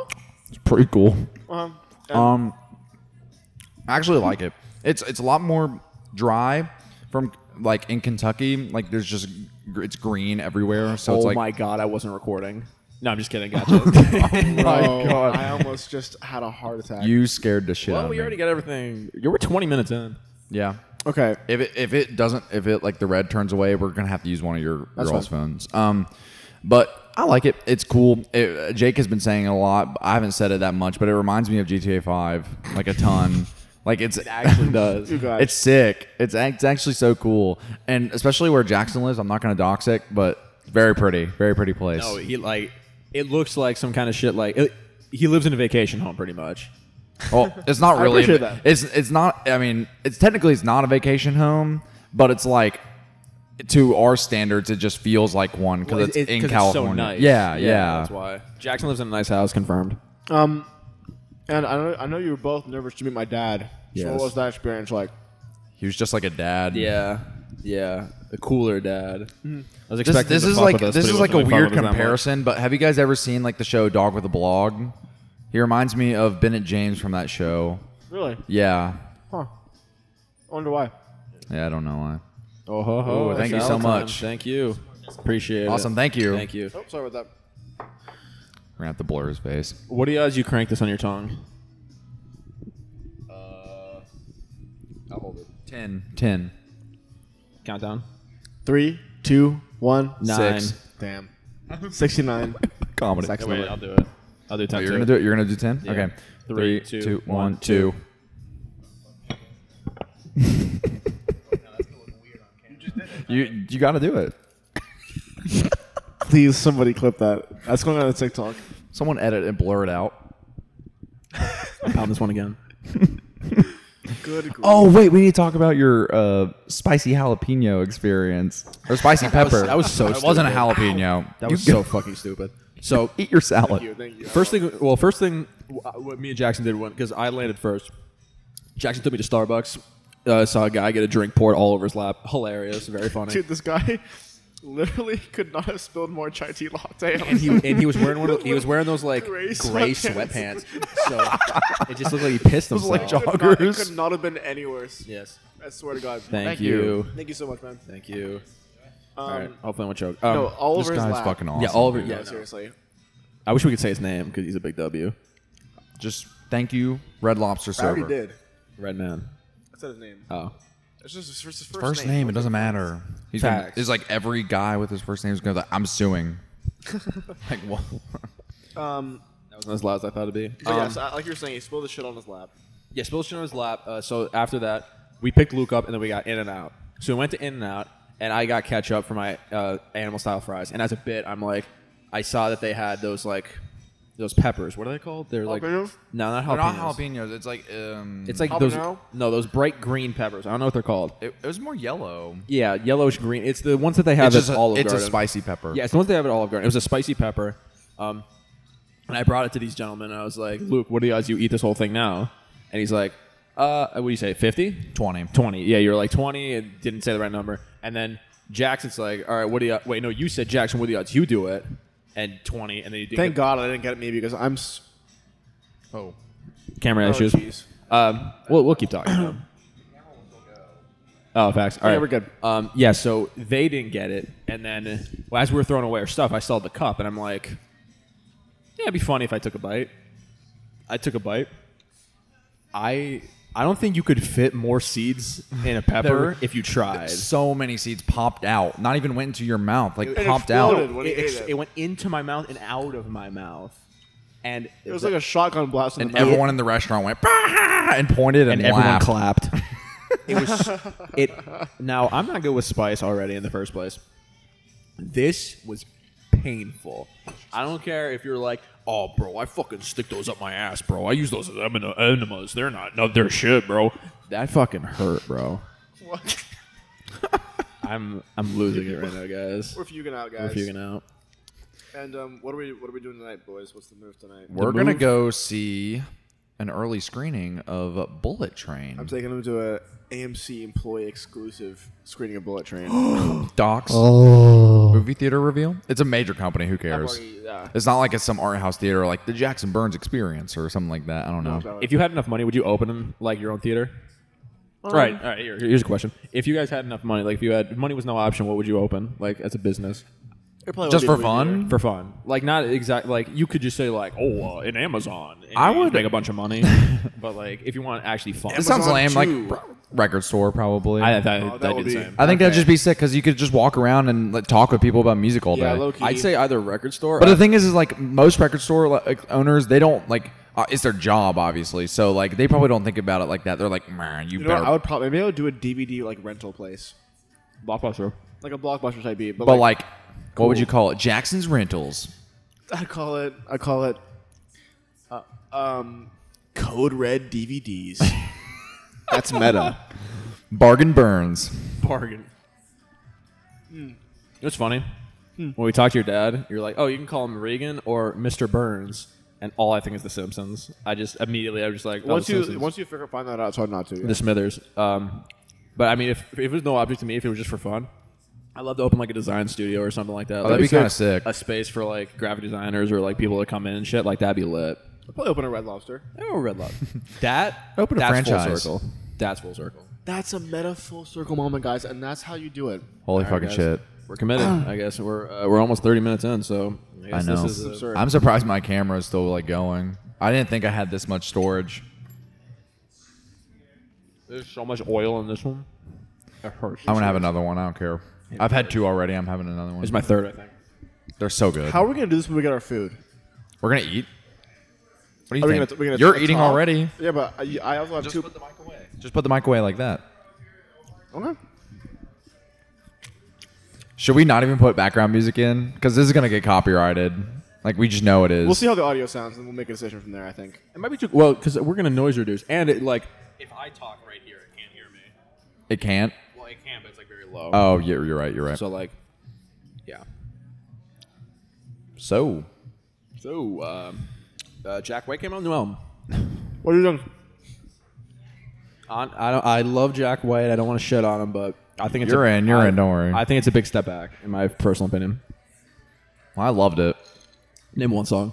S9: It's pretty cool.
S4: Um,
S9: Um, I actually like it. It's it's a lot more dry from like in Kentucky. Like there's just gr- it's green everywhere, so
S6: oh
S9: it's like
S6: my god, I wasn't recording. No, I'm just kidding. Gotcha.
S4: oh, God. I almost just had a heart attack.
S9: you scared the shit out
S6: well,
S9: of
S6: we
S9: me.
S6: already got everything. You were 20 minutes in.
S9: yeah.
S4: okay.
S9: If it if it doesn't if it like the red turns away, we're gonna have to use one of your your
S4: That's
S9: all's
S4: fine.
S9: phones. Um, but I like it. It's cool. It, uh, Jake has been saying it a lot. but I haven't said it that much, but it reminds me of GTA Five like a ton. like it's
S6: Actually, does
S4: You guys.
S9: It's sick. It's ac- it's actually so cool, and especially where Jackson lives. I'm not gonna dox it, but very pretty, very pretty place.
S6: No, he like it looks like some kind of shit. Like it, he lives in a vacation home, pretty much.
S9: Well, it's not really.
S4: appreciate that.
S9: It's it's not. I mean, it's technically it's not a vacation home, but it's like to our standards, it just feels like one because
S6: Well,
S9: it's
S6: it-
S9: in
S6: 'cause it's so
S9: California.
S6: nice.
S9: Yeah, yeah.
S6: That's why Jackson lives in a nice house. Confirmed.
S4: Um, and I know, I know you were both nervous to meet my dad. So
S9: Yes.
S4: what was that experience like?
S9: he was just like a dad.
S6: Yeah, yeah. The cooler dad.
S5: I was
S9: This,
S5: expecting
S9: this
S5: him to
S9: is
S5: fuck
S9: like
S5: with us,
S9: this
S5: but he
S9: is like a
S5: wasn't really
S9: weird
S5: fucking with us that much.
S9: comparison, but have you guys ever seen like the show Dog with a Blog? He reminds me of Bennett James from that show.
S4: Really?
S9: Yeah,
S4: Huh. I wonder why.
S9: yeah. I don't know why.
S6: Oh, ho, ho.
S9: Ooh, thank
S6: That's
S9: you so
S6: Alton.
S9: much.
S6: Thank you. Appreciate
S9: Awesome,
S6: it.
S9: thank you.
S6: Thank you.
S4: Oh, sorry about
S9: We're gonna have to blur his face.
S6: What do you odds you crank this on your tongue?
S9: I'll hold it. Ten. Ten.
S6: Countdown.
S4: that. Three, two, one.
S6: Nine.
S9: Six.
S4: Damn. 69.
S9: Comedy.
S6: No, wait, I'll do it. I'll do ten.
S9: Oh, you're
S6: too.
S9: gonna do it. You're gonna do ten. Okay.
S6: Three, two, one,
S9: two. you you gotta do it.
S4: Please, somebody clip that. That's going on the TikTok.
S9: Someone edit and blur it out.
S6: Pound this one again.
S4: Good. grief.
S9: Oh wait, we need to talk about your uh, spicy jalapeno experience or spicy pepper.
S6: that was so
S9: It wasn't a
S6: stupid.
S9: jalapeno.
S6: That
S9: You
S6: was
S9: go-
S6: so fucking stupid. So
S9: Eat your salad.
S4: Thank you. Thank you.
S6: First thing, well, first thing, wh- what me and Jackson did when because I landed first. Jackson took me to Starbucks. Uh, saw a guy get a drink poured all over his lap. Hilarious, very funny.
S4: Dude, this guy literally could not have spilled more chai tea latte.
S6: and he and he was wearing one. Of, he was wearing those like
S4: Gray
S6: gray,
S4: sweatpants.
S6: sweatpants. so it just looked like he pissed himself.
S9: like
S4: It could, not, it
S9: joggers.
S4: could not have been any worse.
S6: yes.
S4: I swear to God.
S6: Thank,
S9: Thank
S6: you.
S9: you.
S4: Thank you so much, man.
S6: Thank you.
S4: Um,
S6: All right. Hopefully, I won't choke. Um,
S4: No, all
S9: This
S4: over his
S9: guy's
S4: lap.
S9: fucking awesome.
S6: yeah, Oliver.
S9: dude.
S6: Yeah,
S4: No,
S6: no.
S4: seriously.
S6: I wish we could say his name because he's a big W.
S9: Just thank you, Red Lobster
S4: I already
S9: server.
S4: did.
S6: Red man.
S4: I said his name.
S6: Oh,
S4: It's just his first, his first,
S9: First name, it doesn't matter. He's gonna-
S6: Facts.
S9: it's like every guy with his first name is gonna. be Like, I'm suing. like what?
S4: Um,
S6: that wasn't as loud as I thought it'd be.
S4: but
S6: Um,
S4: yeah, so, I- like you were saying, he spilled the shit on his lap.
S6: Yeah, spilled shit on his lap. Uh, so after that, we picked Luke up, and then we got In and Out. So we went to In and Out, and I got ketchup for my uh, animal style fries. And as a bit, I'm like, I saw that they had those like those peppers. What are they called? They're like no,
S4: Jalapenos?
S6: not
S9: They're
S6: jalapenos.
S9: not jalapenos. It's like um.
S6: It's like those
S4: Habanero?
S6: no, those bright green peppers. I don't know what they're called.
S9: it, it was more yellow.
S6: Yeah, yellowish green. It's the ones that they have
S9: it's
S6: at
S9: just a,
S6: Olive
S9: it's a
S6: Garden.
S9: spicy pepper.
S6: Yeah, it's the ones they have at Olive Garden. It was a spicy pepper. Um, and I brought it to these gentlemen. And I was like, Luke, what do you guys you eat this whole thing now? And he's like, uh, what do you say, 50?
S9: 20.
S6: 20. Yeah, you were like 20 and didn't say the right number. And then Jackson's like, all right, what do you, wait, no, you said Jackson, what do you odds you do it? And 20. And then you did
S4: Thank God I didn't get it me because I'm. s-
S9: Oh.
S6: camera issues.
S4: jeez.
S6: Um, we'll, we'll keep talking. though. oh, facts. All right,
S4: Yeah, we're good.
S6: Um, yeah, so they didn't get it, and then well, as we were throwing away our stuff, I saw the cup, and I'm like, "Yeah, it'd be funny if I took a bite." I took a bite. I I don't think you could fit more seeds in a pepper if you tried.
S9: So many seeds popped out. Not even went into your mouth. Like
S4: It
S9: popped
S4: exploded
S9: out.
S4: when he
S6: Oh, It,
S4: ate
S6: ex-
S4: it.
S6: it went into my mouth and out of my mouth, and
S4: It was like a shotgun blast. In
S9: And
S4: the mouth.
S9: everyone in the restaurant went "Bah!" and pointed and,
S6: and everyone
S9: laughed.
S6: clapped. it was it. Now I'm not good with spice already in the first place. This was painful. I don't care if you're like,
S5: Oh, bro, I fucking stick those up my ass, bro. I use those as emina- enemas. They're not, no, they're shit, bro.
S6: that fucking hurt, bro. I'm I'm losing it right now, guys.
S4: We're fucking out, guys.
S6: We're figuring out.
S4: And um, what are we? What are we doing tonight, boys? What's the move tonight?
S9: We're gonna go see an early screening of Bullet Train.
S4: I'm taking him to a AMC employee exclusive screening of Bullet Train.
S9: Docs movie theater reveal. It's a major company. Who cares?
S4: yeah.
S9: It's not like it's some art house theater like the Jackson Burns Experience or something like that. I don't know.
S6: If you had enough money, would you open like your own theater?
S4: Um,
S6: right. All right. Here, here's a question: If you guys had enough money, like if you had if money was no option, what would you open like as a business?
S9: Just for fun.
S6: for fun. Like not exact. Like you could just say like, oh, uh, in Amazon, and
S9: I
S6: you
S9: would-
S6: make a bunch of money. but like if you want actually fun,
S9: It sounds
S4: Amazon
S9: lame. Like
S4: too.
S9: pr- record store probably.
S6: I, I,
S9: I,
S6: I,
S4: that
S6: I
S4: would
S6: did
S4: be-
S6: the same.
S9: think that'd just be sick because you could just walk around and like, talk with people about music all day.
S4: Yeah, uh, low key.
S6: I'd say either record store.
S9: But the thing is, is like most record store like, owners, they don't like uh, it's their job, obviously. So like they probably don't think about it like that. They're like, man,
S4: You
S9: you,
S4: know
S9: better.
S4: what? I would probably maybe I would do a DVD like rental place,
S6: Blockbuster.
S4: like a blockbuster type beat. But,
S9: but
S4: like,
S9: like, what would you call it? Jackson's Rentals.
S4: I call it. I call it. Uh, um, Code Red DVDs. That's meta.
S9: Bargain burns.
S6: bargain.
S4: Hmm.
S6: You know what's funny? When we talk to your dad, you're like, "Oh, you can call him Regan or Mr. Burns," and all I think is The Simpsons. I just immediately I'm just like, oh,
S4: once
S6: The
S4: you
S6: Simpsons.
S4: once you figure find that out, it's hard not to. yeah.
S6: The Smithers. Um, but I mean, if, if it was no object to me, if it was just for fun, I'd love to open like a design studio or something like that.
S9: Oh, that'd be
S6: Like,
S9: kind of sick.
S6: a space for like graphic designers or like people that come in and shit. Like that'd be lit.
S4: I'll probably open a Red Lobster.
S6: Oh, Red Lobster. that
S9: Open a
S6: that's
S9: franchise.
S6: Full circle. That's full circle.
S4: That's a meta full circle moment, guys, and that's how you do it.
S6: All
S9: Holy
S6: right,
S9: fucking
S6: guys.
S9: shit.
S6: We're committed. I guess we're uh, we're almost 30 minutes in, so I,
S9: I
S6: guess
S9: know.
S6: This is a-
S9: I'm surprised my camera is still like going. I didn't think I had this much storage.
S6: There's so much oil in this one. It hurts.
S9: I'm gonna have another one. I don't care. I've had two already. I'm having another one.
S6: It's my third, I think.
S9: They're so good.
S4: How are we gonna do this when we get our food?
S9: We're gonna eat. What do you
S4: Are we
S9: think?
S4: gonna- we gonna
S9: You're
S4: t-
S9: eating
S4: top?
S9: already.
S4: Yeah, but I, I also have two.
S9: Just put the mic away like that.
S4: Okay.
S9: Should we not even put background music in? Because this is gonna get copyrighted. Like we just know it is.
S4: We'll see how the audio sounds, and we'll make a decision from there. I think.
S6: It might be too well because we're gonna noise reduce, and it like if I talk right here, it can't hear me.
S9: It can't.
S6: Well, it can, but it's like very low.
S9: Oh, yeah, you're right. You're right.
S6: so like, yeah.
S9: So,
S6: So um, uh, Jack White came out in New Elm.
S4: What are you doing?
S6: On, I don't. I love Jack White. I don't want to shit on him, but I think it's
S9: You're
S6: a,
S9: in, you're
S6: I-
S9: in, don't worry.
S6: I think it's a big step back, in my personal opinion.
S9: I loved it.
S6: Name one song.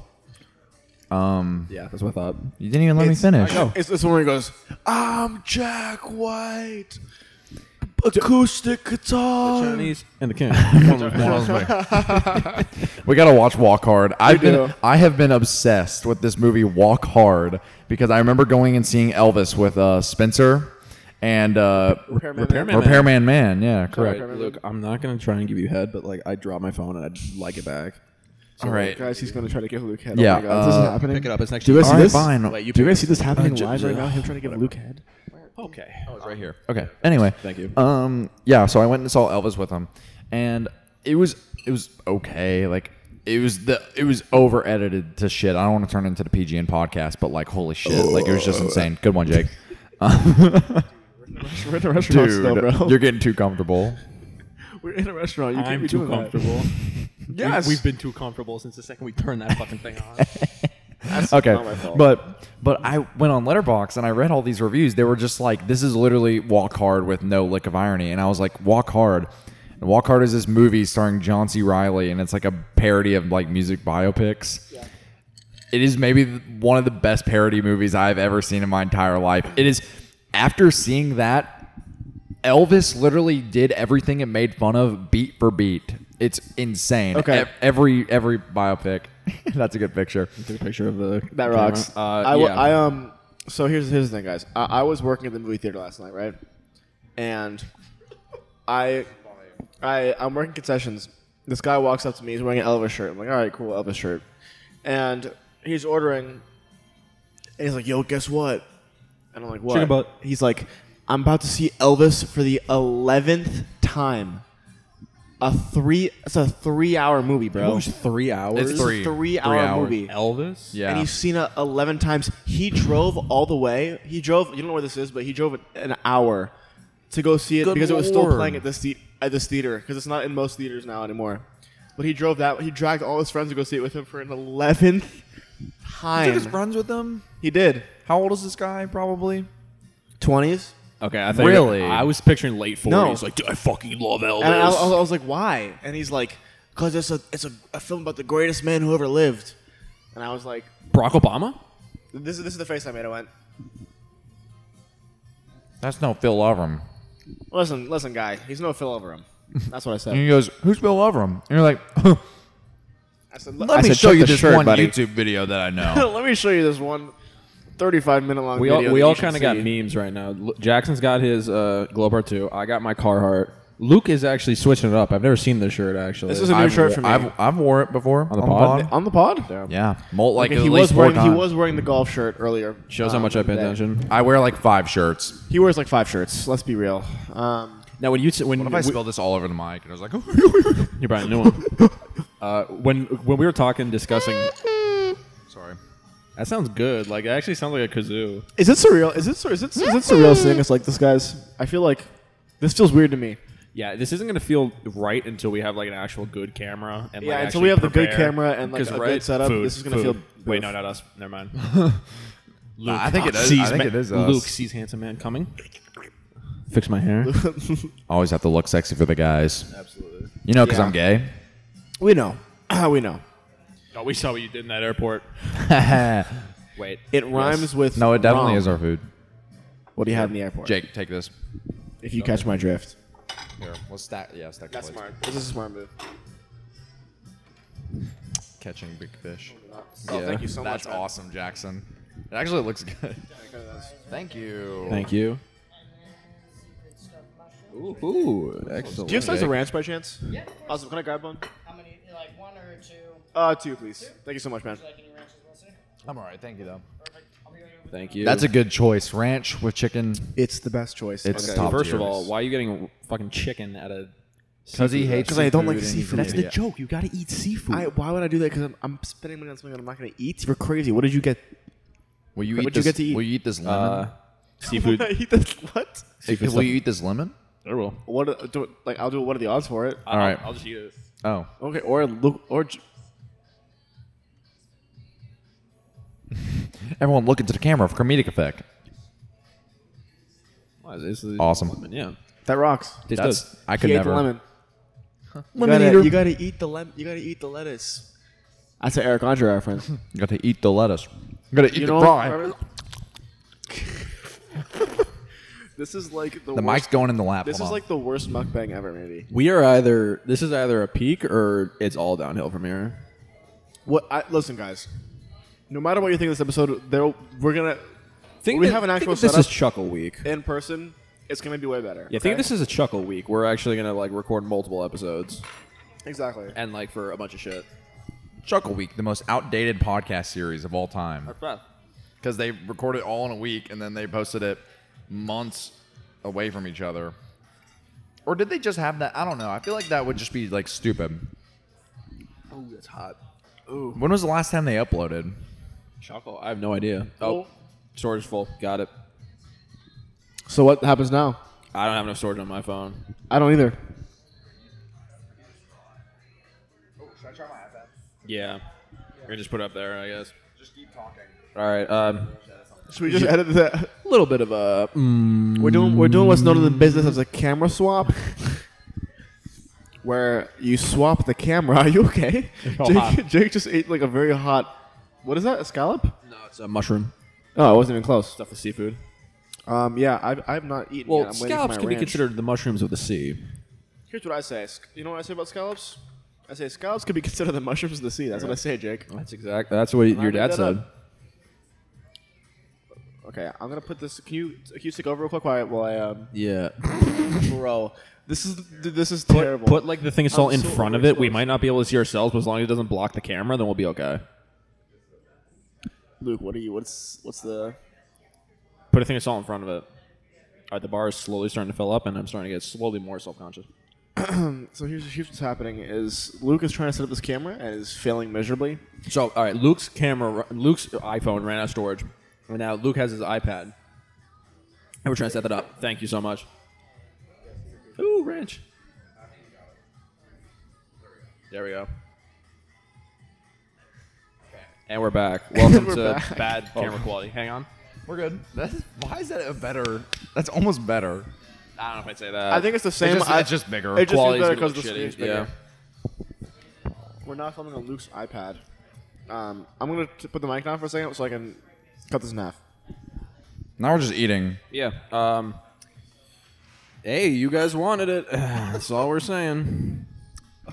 S9: Um,
S6: Yeah, that's what I thought.
S9: you didn't even let me finish.
S4: It's this one where he goes, "I'm Jack White, acoustic guitar."
S6: Chinese and the King.
S9: We gotta watch Walk Hard. I've
S4: do.
S9: been, I have been obsessed with this movie Walk Hard because I remember going and seeing Elvis with uh, Spencer and uh,
S4: Repairman
S9: Repairman,
S6: Man.
S9: Man. Yeah, correct.
S6: Right, Luke, I'm not gonna try and give you head, but like I dropped my phone and I'd like it back.
S9: All right.
S4: Guys, he's gonna try to give Luke head.
S9: Yeah,
S4: Oh my God, is this
S9: uh,
S4: happening?
S6: Pick it up. It's next
S4: Do
S6: to
S4: you
S6: you.
S4: guys see
S9: All right,
S4: this?
S9: fine.
S6: Wait,
S4: Do you guys see this happening
S6: Uh,
S4: live
S6: j-
S4: right now? Him trying to give Luke head.
S6: Okay.
S9: Oh, right here. Um, Okay. Anyway, thank you. Um, yeah. So I went and saw Elvis with him, and it was it was okay. Like it was the it was over edited to shit. I don't want to turn into the PGN podcast, but like holy shit, like it was just insane. Good one, Jake.
S4: We're in a restaurant
S9: Dude,
S4: still, bro.
S9: you're getting too comfortable.
S4: We're in a restaurant. You can't
S6: I'm
S4: be
S6: too
S4: doing that.
S6: comfortable.
S4: Yes.
S6: We've been too comfortable since the second we turned that fucking thing on.
S9: okay,
S4: not my fault.
S9: but but I went on Letterbox and I read all these reviews. They were just like, "This is literally Walk Hard with no lick of irony," and I was like, "Walk Hard." And Walk Hard is this movie starring John C. Riley, and it's like a parody of like music biopics. It is maybe th- one of the best parody movies I've ever seen in my entire life. It is after seeing that Elvis literally did everything it made fun of beat for beat. It's insane.
S4: Okay.
S9: Ev- every every biopic. That's a good picture.
S6: Take a picture of the
S4: That rocks.
S6: camera. Uh,
S4: I, w-
S6: yeah.
S4: I um. So here's here's the thing, guys. I, I was working at the movie theater last night, right? And I, I, I'm working concessions. This guy walks up to me. He's wearing an Elvis shirt. I'm like, all right, cool, Elvis shirt. And he's ordering. And he's like, yo, guess what? And I'm like, what?
S6: Chicken butt.
S4: He's like, I'm about to see Elvis for the eleventh time. A three. It's a three-hour movie, bro.
S6: It was three hours.
S4: It's a three-hour
S9: hours.
S4: movie.
S6: Elvis.
S9: Yeah.
S4: And he's seen it 11 times. He drove all the way. He drove, you don't know where this is, but he drove an hour to go see it
S9: Good
S4: because it was still
S9: lord.
S4: playing at this, the- at this theater because it's not in most theaters now anymore. But he drove that. He dragged all his friends to go see it with him for an 11th time.
S9: runs with them.
S4: He did.
S9: How old is this guy? Probably.
S4: 20s?
S6: Okay. I think
S9: Really?
S6: I was picturing late 40s.
S4: No.
S6: Like, dude, I fucking love Elvis.
S4: And I, I was like, why? And he's like, because it's, a, it's a, a film about the greatest man who ever lived. And I was like,
S6: Barack Obama.
S4: this is, this is the face I made. I went,
S9: That's no Phil Lovrum.
S4: listen, listen, guy. He's no Phil over him. That's what I
S9: And
S4: said.
S9: he goes, "Who's Phil Lovrum?" And you're like, "Let
S4: I said, "Let-
S9: me
S4: said,
S9: show
S4: check the
S9: you this
S4: shirt,
S9: one
S4: buddy."
S9: YouTube video that I know."
S4: Let me show you this one 35 minute long
S6: We all
S4: video.
S6: we
S4: that
S6: all
S4: you should
S6: kind of got
S4: see.
S6: memes right now. Lu- Jackson's got his uh, Globart two. I got my Carhartt. Luke is actually switching it up. I've never seen this shirt actually.
S4: This is a new shirt for me.
S9: I've I've wore it before on
S6: the pod?
S4: on the pod?
S9: Yeah, Molt like
S4: Okay,
S9: at
S4: he
S9: least
S4: was
S9: four
S4: wearing he
S9: times.
S4: was wearing the golf shirt earlier.
S6: shows how
S4: um,
S6: much I pay
S4: today.
S6: attention.
S9: I wear like five shirts.
S4: He wears like five shirts. Let's be real. Um,
S6: Now when you s- when
S9: What if I spilled this all over the mic and I was like,
S6: you probably knew him. uh, when when we were talking discussing
S9: "Sorry."
S6: That sounds good. Like, it actually sounds like a kazoo.
S4: Is it surreal? Is it sur- is it, is it surreal seeing us like this, guys? I feel like this feels weird to me.
S6: Yeah, this isn't gonna feel right until we have like an actual good camera. And,
S4: Yeah,
S6: like,
S4: until we have
S6: actually
S4: the good
S6: prepare.
S4: camera and, like,
S6: 'Cause,
S4: a good setup,
S6: food,
S4: this is gonna
S6: food.
S4: feel
S6: Wait,
S4: rough.
S6: no, not us. Never mind.
S9: Nah, I think it is. I
S6: Sees
S9: think
S6: ma-
S9: it is us.
S6: Luke sees handsome man coming. Fix my hair.
S9: Always have to look sexy for the guys. Absolutely. You know, because I'm gay.
S4: We know. we know.
S6: oh, we saw what you did in that airport. Wait,
S4: It rhymes with
S9: no, it definitely
S4: wrong.
S9: is our food.
S4: What do you have in the airport?
S9: Jake, take this.
S4: if you catch my drift.
S9: Here, what's that? Yeah, stack
S4: That's smart. This is a smart move.
S9: Catching big fish.
S4: Oh, thank you so
S9: That's
S4: much. man.
S9: awesome, Jackson. It actually looks good. Thank you.
S6: thank you.
S10: Secret stuffed mushroom.
S6: Ooh, ooh excellent.
S4: Do you have size of ranch by chance?
S10: Yeah.
S4: Awesome. Can I grab one?
S10: How many? Like one or two? Would
S4: Uh, two, please. Thank you so much, man.
S10: you like any ranches, Wilson?
S9: I'm all right. Thank you, though.
S10: Perfect. I'll be right over.
S6: Thank you.
S9: That's a good choice. Ranch with chicken.
S4: It's the best choice.
S9: It's top
S6: First
S9: tier.
S6: of all, why are you getting fucking chicken at a?
S9: Because he hates.
S4: Because I don't like
S9: seafood and he's
S4: seafood.
S9: an
S4: That's the
S9: idiot.
S12: joke. You gotta eat seafood.
S4: I, why would I do that? Because I'm, I'm spending money on something that I'm not going to eat. You're crazy. What did you get?
S9: Will you
S4: What
S9: eat
S4: would you
S9: this?
S4: get to eat?
S9: Will you eat this lemon?
S6: Seafood.
S4: I eat this. What?
S9: Hey, will you eat this lemon?
S6: I will.
S4: What? are- Do, like I'll do what are the odds for it?
S6: All
S9: right.
S6: I'll just eat it.
S9: Oh,
S4: Okay. Or look. Or j-
S9: everyone look into the camera for comedic effect.
S6: Why is this?
S9: Awesome.
S6: Yeah.
S4: that rocks.
S6: This
S9: That's
S6: does.
S9: I could
S4: He ate
S9: never.
S4: the lemon. You
S9: Lemon
S4: gotta,
S9: eater.
S4: you gotta eat the lem. You gotta eat the lettuce. That's an Eric Andre reference.
S9: You got to eat the lettuce. You got to eat
S4: You
S9: the
S4: know
S9: fry.
S4: this is like the,
S9: The mic's
S4: worst,
S9: going in the lap.
S4: This
S9: Hold
S4: is
S9: on.
S4: like the worst mukbang ever, maybe.
S6: We are either this is either a peak or it's all downhill from here.
S4: What? I, listen, guys. No matter what you think of this episode, there we're gonna
S6: Think
S4: We
S6: that-
S4: have an actual
S6: think that
S4: setup.
S6: This is chuckle week.
S4: in person. It's gonna be way better.
S6: Yeah, I think this is a chuckle week. We're actually gonna like record multiple episodes
S4: exactly.
S6: and like for a bunch of shit.
S9: Chuckle Week, the most outdated podcast series of all time, because they recorded it all in a week and then they posted it months away from each other. Or did they just have that? I don't know. I feel like that would just be like stupid.
S6: Oh, that's hot.
S9: When was the last time they uploaded?
S6: Chuckle. I have no idea. Oh, storage full. Got it.
S4: So what happens now?
S6: I don't have enough storage on my phone.
S4: I don't either.
S6: Yeah, we're gonna just put it up there, I guess. Just keep talking. All right. Um,
S4: Should we just edit that?
S6: a little bit of a. mm.
S4: We're doing we're doing what's known in the business as a camera swap, where you swap the camera. Are you okay? Jake, Jake just ate like a very hot. What is that? A scallop?
S6: No, it's a mushroom
S4: Oh, I wasn't even close.
S6: stuff with seafood.
S4: Um, yeah, I've, I've not eaten.
S6: Well,
S4: yet. I'm waiting for
S6: scallops
S4: my
S6: can be
S4: ranch.
S6: considered the mushrooms of the sea.
S4: Here's what I say. Sc- You know what I say about scallops? I say scallops could be considered the mushrooms of the sea. That's what I say, Jake.
S6: That's exactly. That's what your
S4: made
S6: dad
S4: that
S6: said.
S4: Okay, I'm gonna put this. Can you can you stick over real quick while I, while I um,
S6: Yeah.
S4: bro? This is dude, this is
S6: Put,
S4: terrible.
S6: put like the thing salt
S4: I'm
S6: in
S4: so
S6: front of it. We
S4: overexposed.
S6: might not be able to see ourselves, but as long as it doesn't block the camera, then we'll be okay.
S4: Luke, what are you? What's what's the?
S6: Put a thing of salt in front of it. All right, the bar is slowly starting to fill up, and I'm starting to get slowly more self conscious.
S4: So here's, here's what's happening: is Luke is trying to set up this camera and is failing miserably.
S6: So, all right, Luke's camera, Luke's iPhone ran out of storage, and now Luke has his iPad. And we're trying to set that up. Thank you so much. Ooh, ranch. There we go. And we're back. Welcome
S4: We're
S6: to
S4: back. Oh.
S6: bad camera quality. Hang on.
S9: We're good. That's, why is that a better? That's almost better.
S6: I don't know if I'd say that.
S4: I think it's the same.
S9: just-
S4: I-
S9: it's just bigger.
S4: It just seems
S6: Quality's
S4: better
S6: gonna
S4: because the
S6: look
S4: screen's
S6: shitty,
S4: bigger.
S6: yeah.
S4: We're not filming on Luke's iPad. Um, I'm gonna t- put the mic down for a second so I can cut this in half.
S9: Now we're just eating.
S6: Yeah. Um, hey, you guys wanted it. That's all we're saying.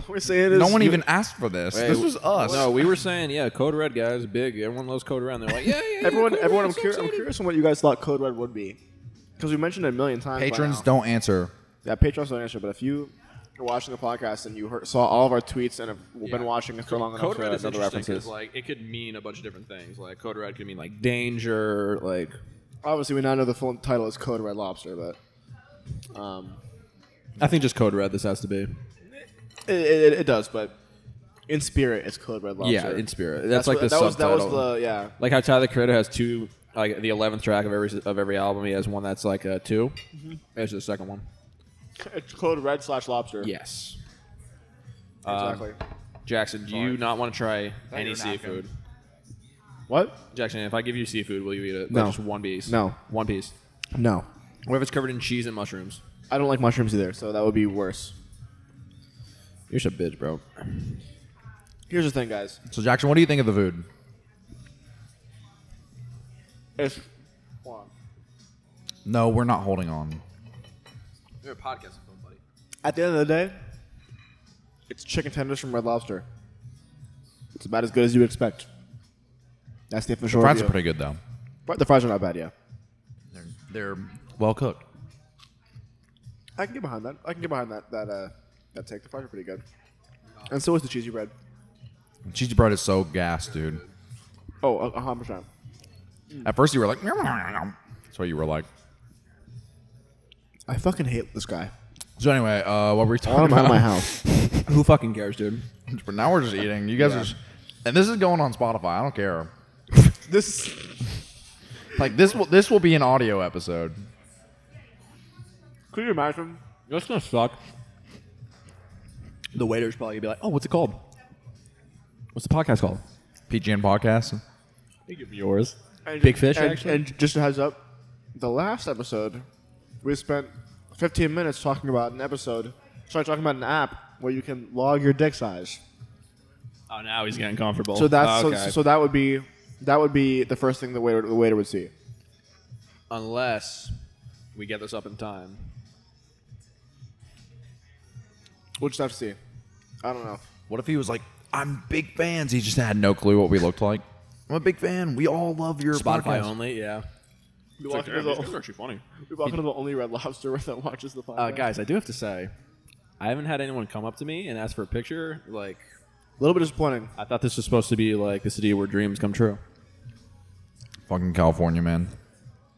S4: We're saying
S9: No one even asked for this.
S6: Hey,
S9: this was us.
S6: No, we were saying, yeah, Code Red guys, big. Everyone loves Code Red. And they're like, yeah, yeah. yeah,
S4: Everyone,
S6: Code
S4: everyone, I'm,
S6: Red's so
S4: cur- I'm
S6: exciting.
S4: curious on what you guys thought Code Red would be, because we mentioned it a million times. by
S9: Patrons
S4: now.
S9: don't answer.
S4: Yeah, patrons don't answer. But if you are watching the podcast and you heard, saw all of our tweets and have been watching us for long enough
S6: Code
S4: to
S6: Red is
S4: know the
S6: interesting
S4: references,
S6: because like it could mean a bunch of different things. Like Code Red could mean like danger, like
S4: obviously we now know the full title is Code Red Lobster, but um,
S6: I think just Code Red. This has to be.
S4: it, it, it does. But In spirit, it's called Red Lobster.
S6: Yeah, in spirit. That's, like the
S4: what- that was, that
S6: subtitle.
S4: was the yeah.
S6: like how Tyler the Creator has two, like the eleventh track of every of every album. He has one that's like a 2
S4: Mm-hmm.
S6: There's the second one.
S4: It's called Red slash Lobster. Um,
S6: Yes.
S4: exactly.
S6: Jackson, do you not want to try any seafood?
S4: What?
S6: Jackson, if I give you seafood, will you eat it?
S4: No.
S6: Like just one piece.
S4: No.
S6: One piece.
S4: No,
S6: What if it's covered in cheese and mushrooms?
S4: I don't like mushrooms either, so that would be worse.
S6: You're such a bitch, bro.
S4: Here's the thing, guys.
S9: So Jackson, what do you think of the food?
S4: It's hold on.
S9: No, we're not holding on.
S6: You're a podcast film, buddy.
S4: at the end of the day, it's chicken tenders from Red Lobster. It's about as good as you would expect. That's the official.
S9: Fries are
S4: review.
S9: pretty good though.
S4: But the fries are not bad, yeah.
S9: They're, they're well cooked.
S4: I can get behind that. I can get behind that that uh that take. The fries are pretty good. And so is the cheesy bread.
S9: Cheesy bread is so gas, dude.
S4: Oh, a a hundred percent.
S9: At first you were like, that's what you were like.
S4: I fucking hate this guy.
S9: So anyway, uh, what were we
S4: I want him
S9: talking
S4: out
S9: about?
S4: of my house.
S6: Who fucking cares, dude?
S9: But now we're just eating. You guys are, just, and this is going on Spotify. I don't care.
S4: This
S9: Like this will this will be an audio episode.
S4: could you imagine?
S6: That's gonna suck. The waiter's probably gonna be like, "Oh, what's it called? What's the podcast called?"
S9: PGN podcast.
S6: Yours.
S4: And-
S6: Big fish,
S4: and,
S6: actually?
S4: and just a heads up, the last episode, we spent 15 minutes talking about an episode. Sorry, talking about an app where you can log your dick size.
S6: Oh, now he's getting comfortable.
S4: So that's
S6: okay.
S4: so, so that would be that would be the first thing the waiter the waiter would see.
S6: unless we get this up in time.
S4: We'll just have to see. I don't know.
S9: What if he was like, I'm big fans. He just had no clue what we looked like. I'm a big fan. We all love your
S6: Spotify
S9: podcast.
S6: only, yeah.
S4: We walk, into, the,
S6: actually funny.
S4: we walk into the only Red Lobster that watches the podcast.
S6: Uh, guys, I do have to say, I haven't had anyone come up to me and ask for a picture. Like,
S4: a little bit disappointing.
S6: I thought this was supposed to be like the city where dreams come true.
S9: Fucking California, man.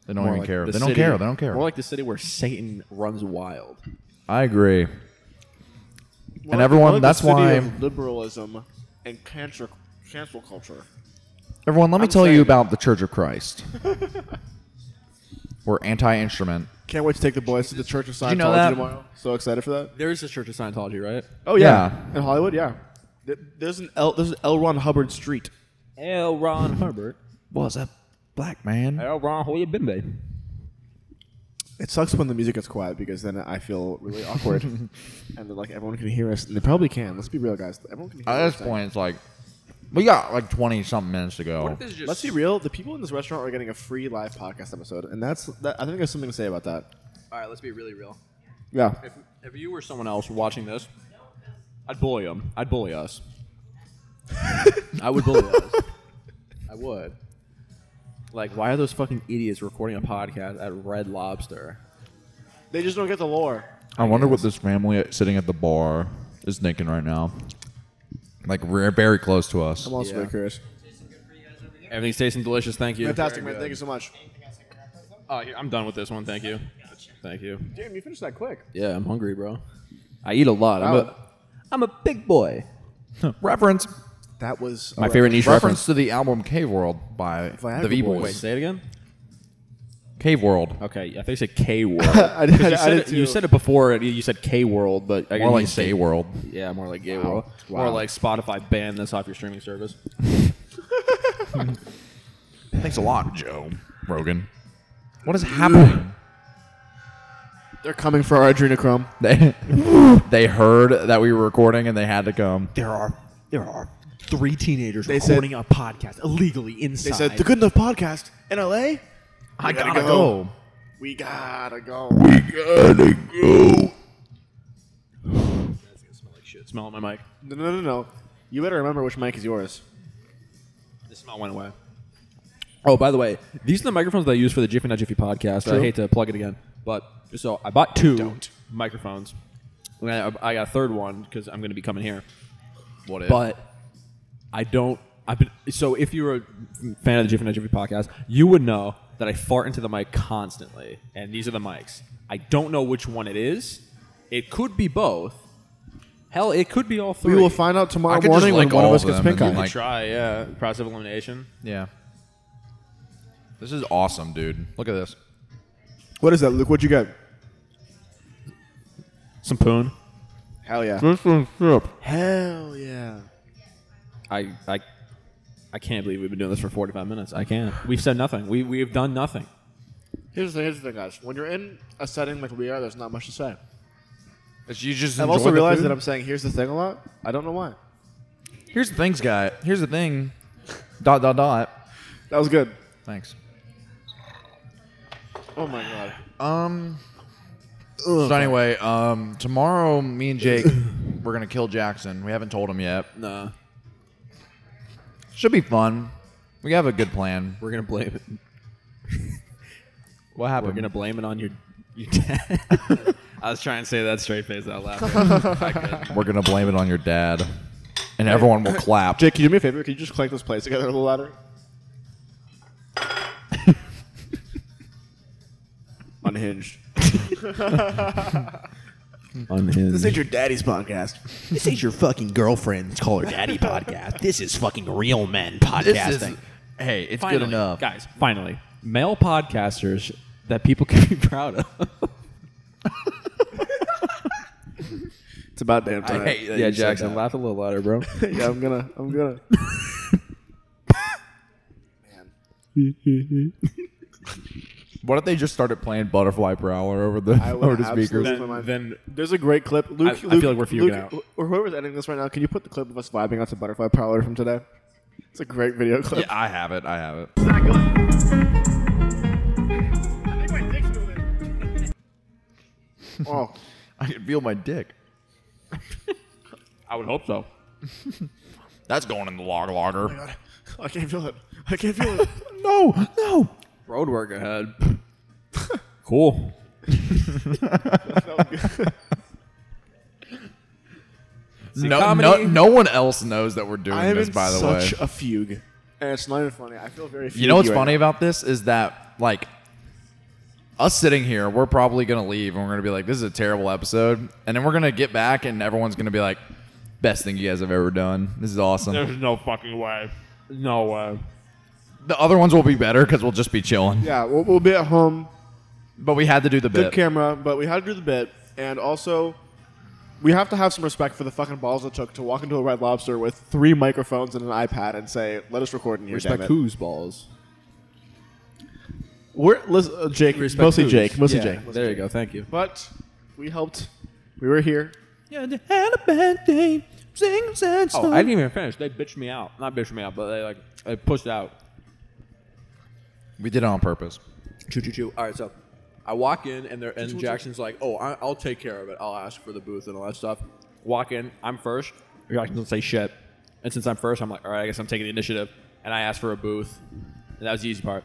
S9: They don't even
S6: Like
S9: care.
S6: the
S9: They don't
S6: city-
S9: care. They don't care.
S6: More like the city where Satan runs wild.
S9: I agree.
S4: More
S9: And
S4: like-
S9: everyone-
S4: more like
S9: that's
S4: the city
S9: why-
S4: of liberalism and cancel cancel culture.
S9: Everyone, let me
S4: I'm
S9: tell
S4: saying-
S9: you about the Church of Christ. We're anti-instrument.
S4: Can't wait to take the boys to the Church of Scientology
S9: you know that?
S4: tomorrow. So excited for that.
S6: There is a Church of Scientology, right?
S4: Oh
S9: yeah.
S4: in Hollywood, yeah. Th- There's an L. There's an L. Ron Hubbard Street.
S6: L. Ron Hubbard.
S9: What's up, black man?
S6: L. Ron, where you been, babe?
S4: It sucks when the music gets quiet because then I feel really awkward, and then like everyone can hear us. And they probably can. Let's be real, guys. Everyone can. Hear
S9: At
S4: us.
S9: this point, it's like we got like twenty something minutes to go.
S4: Let's be real. The people in this restaurant are getting a free live podcast episode, and that's. That, I think there's something to say about that.
S6: All right, let's be really real.
S4: Yeah.
S6: If, if you were someone else watching this, I'd bully them. I'd bully us. I would bully us. I would. Like, why are those fucking idiots recording a podcast at Red Lobster?
S4: They just don't get the lore.
S9: I wonder what this family at- sitting at the bar is thinking right now. Like we're very close to us.
S4: I'm also really curious.
S6: Everything's tasting delicious. Thank you.
S4: Fantastic, man. Thank you so much.
S6: Oh, here, I'm done with this one. Thank you. Thank you.
S4: Damn, you finished that quick.
S6: Yeah, I'm hungry, bro. I eat a lot. I'm
S4: Wow.
S6: a, I'm a big boy.
S9: Reference.
S4: That was
S6: My favorite niche
S9: Reference,
S6: reference.
S9: to the album Cave World by
S4: Viagra
S9: the V Boys.
S6: Wait, say it again.
S9: Cave World.
S6: Okay, I think you said K World.
S4: I did,
S6: you,
S4: I
S6: said
S4: did
S6: it,
S4: too.
S6: you said it before. and You said K World, but I guess
S9: More
S6: Oh, you
S9: like
S6: say-
S9: Say World.
S6: Yeah, more like Gay World. More like Spotify banned this off your streaming service.
S9: Thanks a lot, Joe Rogan. What is happening?
S4: they're coming for our adrenochrome.
S9: They they heard that we were recording and they had to come.
S13: There are there are three teenagers
S4: They said-
S13: recording a podcast illegally inside.
S4: They said the Good Enough Podcast in LA.
S9: I
S4: gotta go. We gotta go.
S9: Gotta go.
S6: Shit, smell at my mic.
S4: No, no, no, no. You better remember which mic is yours.
S6: The smell went away. Oh, by the way, these are the microphones that I use for the Jiffy Not Jiffy podcast. I hate to plug it again, but so I bought 2 microphones. And I, I got a third one because I'm going to be coming here.
S9: What if?
S6: But I don't. I've been so. If you're a fan of the Jiffy Not Jiffy podcast, you would know that I fart into the mic constantly, and these are the mics. I don't know which one it is. It could be both. Hell, it could be all three.
S4: We will find out tomorrow
S9: I could just
S4: morning when
S9: lick
S4: one of
S9: all
S4: us
S9: of
S4: gets
S9: them and
S4: pink eye.
S9: then, like-
S6: try. Yeah, process of elimination.
S9: Yeah. This is awesome, dude. Look at this.
S4: what is that, Luke? What'd you get?
S6: Some poon.
S4: Hell yeah. Hell yeah.
S6: I I I can't believe we've been doing this for 45 minutes. I can't. We've said nothing. We we've done nothing.
S4: Here's the thing, here's the thing, guys. When you're in a setting like we are, there's not much to say.
S9: It's- You just
S4: I've
S9: enjoy
S4: also
S9: the
S4: realized
S9: food.
S4: that I'm saying here's the thing a lot. I don't know why.
S9: Here's the things, guy. Here's the thing. Dot dot dot.
S4: That was good.
S9: Thanks.
S4: Oh my god.
S9: Um. So anyway, um, tomorrow me and Jake we're gonna kill Jackson. We haven't told him yet.
S6: Nah,
S9: Should be fun. We have a good plan.
S6: we're gonna blame it.
S9: What
S6: We're
S9: happened?
S6: gonna blame it on your your dad. I was trying to say that straight face out loud. but I couldn't.
S9: We're gonna blame it on your dad, and everyone will clap.
S4: Jake, can you do me a favor? Can you just clank those plates together a little louder? Unhinged. This ain't your daddy's podcast.
S3: This ain't your fucking girlfriend's call her daddy podcast. This is fucking real men podcasting.
S9: hey, it's
S6: Finally,
S9: good enough.
S6: guys. Finally, male podcasters that people can be proud of.
S4: It's about damn time.
S6: yeah, Jackson, laugh a little louder, bro.
S4: yeah, I'm gonna. I'm gonna.
S9: What if they just started playing Butterfly Prowler over the
S4: I would
S9: over the
S4: absolutely
S9: speakers?
S4: lose my mind.
S6: then
S4: There's a great clip. Luke,
S6: I feel
S4: Luke-
S6: like we're fuming
S4: Luke,
S6: out.
S4: Or whoever's editing this right now, can you put the clip of us vibing out to Butterfly Prowler from today? It's a great video clip.
S9: Yeah, I have it. I have it.
S4: Oh,
S9: I can feel my dick.
S6: I would hope so.
S9: That's going in the log
S4: Oh
S9: logger.
S4: I can't feel it. I can't feel it.
S9: No, no.
S6: Roadwork ahead. cool.
S9: No, no,
S6: comedy-
S9: no one else knows that we're doing
S4: I am
S9: this.
S4: in
S9: By the way,
S4: such a fugue, and it's not even funny. I feel very.
S9: You know what's
S4: fuguey right
S9: funny
S4: now.
S9: about this is that like us sitting here, we're probably gonna leave and we're gonna be like, "This is a terrible episode," and then we're gonna get back and everyone's gonna be like, "Best thing you guys have ever done. This is awesome."
S6: There's no fucking way. No way.
S9: the other ones will be better because we'll just be chilling.
S4: Yeah, we'll, we'll be at home.
S9: But we had to do the
S4: Good
S9: bit.
S4: camera, but we had to do the bit, and also. We have to have some respect for the fucking balls it took to walk into a Red Lobster with three microphones and an iPad and say, "Let us record in here." damn
S5: Respect
S4: it."
S5: who's balls.
S4: We're listen, uh, Jake, mostly
S5: who's.
S4: Jake, mostly
S5: Yeah,
S4: Jake.
S5: There you go. Thank you.
S4: But we helped. We were here.
S6: Oh, I didn't even finish. They bitched me out. Not bitched me out, but they like they pushed out.
S9: We did it on purpose.
S5: Choo choo choo. All right, so I walk in and they're, and Jackson's like, "Oh, I, I'll take care of it. I'll ask for the booth and all that stuff."
S6: Walk in, I'm first. Reaction doesn't say shit. And since I'm first, I'm like, all right, I guess I'm taking the initiative. And I asked for a booth. And that was the easy part.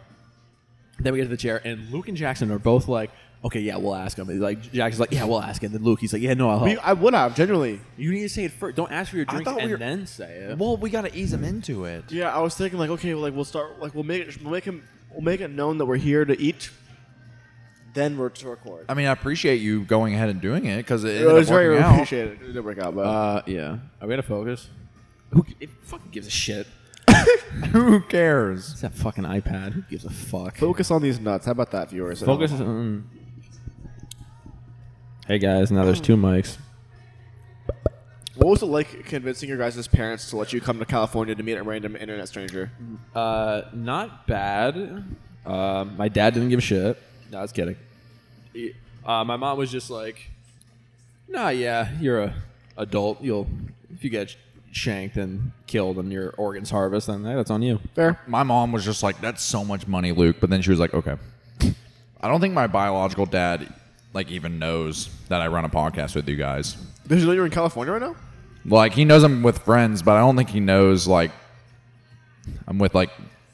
S6: Then we get to the chair, and Luke and Jackson are both like, okay, yeah, we'll ask him. And, Like Jackson's like, yeah, we'll ask him. Then Luke, he's like, yeah, no, I'll help.
S4: We, I would have genuinely.
S6: you need to say it first. Don't ask for your drink
S9: thought we
S6: and
S9: were-
S6: then say it.
S9: Well, we gotta ease them into it.
S4: Yeah, I was thinking like, okay, well, like we'll start, like we'll make it, we'll make him, we'll make it known that we're here to eat. Then we're to record.
S9: I mean, I appreciate you going ahead and doing it because it,
S4: It
S9: ended
S4: was
S9: up
S4: very
S9: working out.
S4: appreciated. It didn't work out, but
S6: Uh, yeah. Are we gonna focus? Who g- it fucking gives a shit?
S9: Who cares?
S6: It's that fucking iPad. Who gives a fuck?
S4: focus on these nuts. How about that, viewers?
S6: Focus. on Hey guys, now there's two mics.
S4: What was it like convincing your guys' parents to let you come to California to meet a random internet stranger?
S6: Uh, not bad. Uh, my dad didn't give a shit. No, I was kidding. He- Uh, my mom was just like, Nah, yeah, you're a adult. You'll if you get shanked and killed and your organs harvested, then hey, that's on you.
S4: Fair.
S9: My mom was just like, "That's so much money, Luke." But then she was like, "Okay." I don't think my biological dad like even knows that I run a podcast with you guys.
S4: Did you know you're in California right now?
S9: Like he knows I'm with friends, but I don't think he knows like I'm with like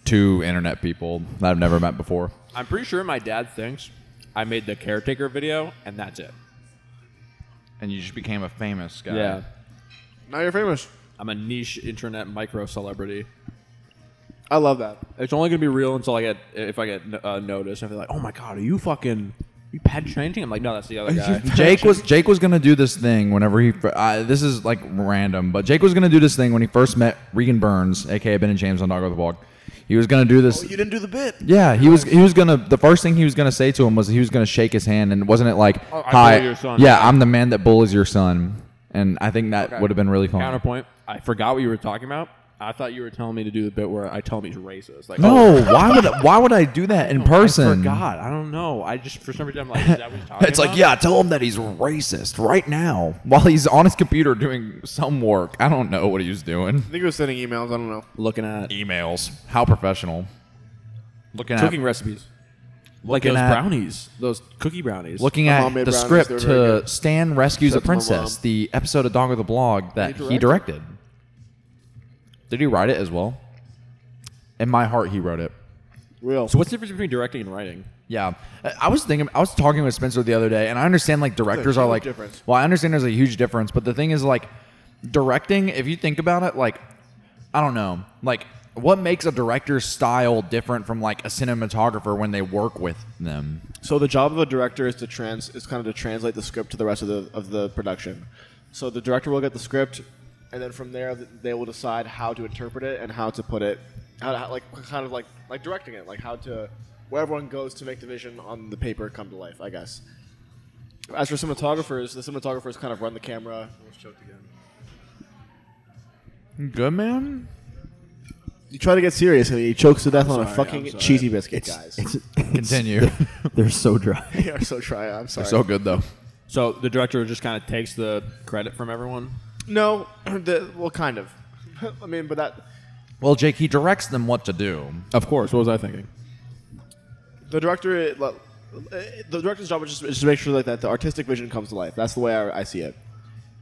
S9: two internet people that I've never met before.
S6: I'm pretty sure my dad thinks I made the caretaker video and that's it.
S9: And you just became a famous guy.
S6: Yeah,
S4: Now you're famous.
S6: I'm a niche internet micro celebrity.
S4: I love that.
S6: It's only gonna be real until I get if I get uh, noticed. I feel like, oh my god, are you fucking you pad changing? I'm like, no, that's the other guy.
S9: Jake was Jake was gonna do this thing whenever he. fir- Uh, this is like random, but Jake was gonna do this thing when he first met Regan Burns, aka Ben and James on Dog with the Blog. He was gonna do this.
S4: You didn't do the bit.
S9: Yeah, he was. He was gonna. The first thing he was gonna say to him was he was gonna shake his hand, and wasn't it like,
S6: Oh, I
S9: "Hi,
S6: bully your son."
S9: yeah, I'm the man that bullies your son." And I think that would have been really fun.
S6: Counterpoint. I forgot what you were talking about. I thought you were telling me to do the bit where I tell him he's racist. Like, oh,
S9: No, why would I, why would I do that in
S6: I
S9: person?
S6: forgot. I don't know. I just for some reason I'm like, is that what you're talking
S9: It's like,
S6: about?
S9: yeah, tell him that he's racist right now while he's on his computer doing some work. I don't know what he was doing.
S4: I think he was sending emails. I don't know.
S6: looking at
S9: Emails. How professional. E, Looking
S6: cooking
S9: at
S6: recipes, like
S9: Looking
S6: those
S9: at-
S6: brownies, those cookie brownies.
S9: looking
S4: My
S9: at
S4: mom made
S9: the
S4: brownies,
S9: script
S4: they're very
S9: to
S4: good.
S9: Stan Rescues a
S4: Except for my
S9: Princess,
S4: mom.
S9: the episode of Dog of the Blog that he directed. Did he write it as well? In my heart, he wrote it.
S4: Real.
S6: So what's the difference between directing and writing?
S9: Yeah, I- I was thinking. I was talking with Spencer the other day, and I understand like directors are
S4: huge
S9: like.
S4: difference.
S9: Well, I understand there's a huge difference, but the thing is like, directing. If you think about it, like, I don't know, like what makes a director's style different from like a cinematographer when they work with them?
S4: So the job of a director is to trans is kind of to translate the script to the rest of the of the production. So the director will get the script, and then from there th- they will decide how to interpret it and how to put it, how to how, like kind of like like directing it, like how to where everyone goes to make the vision on the paper come to life. I guess. As for cinematographers, the cinematographers kind of run the camera.
S9: Good man.
S4: You try to get serious, and he chokes to death on a fucking cheesy biscuit, guys.
S9: Continue.
S5: They're so dry.
S4: they are so try. I'm sorry.
S9: so good though.
S6: So the director just kind of takes the credit from everyone.
S4: no, the, well, kind of. I mean, but that
S9: Well, Jake, he directs them what to do.
S6: Of course. What was I thinking?
S4: The director, like, uh, the director's job is just, is to make sure like, that the artistic vision comes to life. That's the way I, I see it.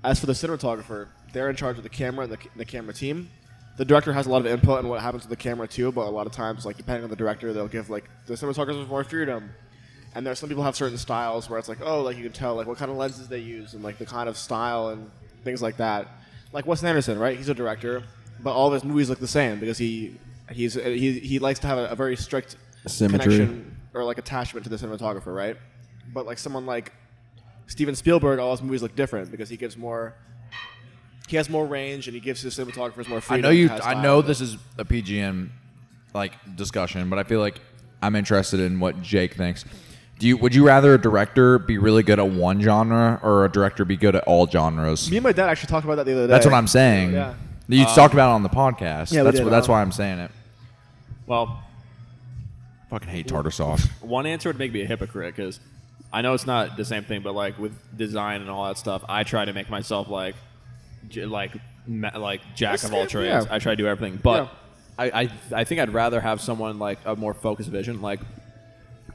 S4: As for the cinematographer, they're in charge of the camera and the, the camera team. The director has a lot of input on what happens to the camera too, but a lot of times, like depending on the director, they'll give like the cinematographers more freedom. And there are some people have certain styles where it's like, oh, like you can tell like what kind of lenses they use and like the kind of style and things like that. Like Wes Anderson, right? He's a director, but all of his movies look the same because he he's he, he likes to have a, a very strict
S5: Symmetry.
S4: connection or like attachment to the cinematographer, right? But like someone like Steven Spielberg, all his movies look different because he gives more. He has more range, and he gives his cinematographers more
S9: I
S4: freedom.
S9: know you.
S4: to have
S9: I
S4: style.
S9: know this is a PGN like discussion, but I feel like I'm interested in what Jake thinks. Do you? Would you rather a director be really good at one genre or a director be good at all genres?
S4: Me and my dad actually talked about that the other day.
S9: That's what I'm saying.
S4: Yeah.
S9: You talked about it on the podcast.
S4: we
S9: that's
S4: did.
S9: what, that's why I'm saying it.
S6: Well,
S9: Fucking hate tartar sauce.
S6: one answer would make me a hypocrite because I know it's not the same thing, but like with design and all that stuff, I try to make myself like, j- like, ma- like jack of all
S4: That's fair,
S6: trades.
S4: yeah.
S6: I try to do everything, but
S4: Yeah.
S6: I, I, I think I'd rather have someone like a more focused vision, like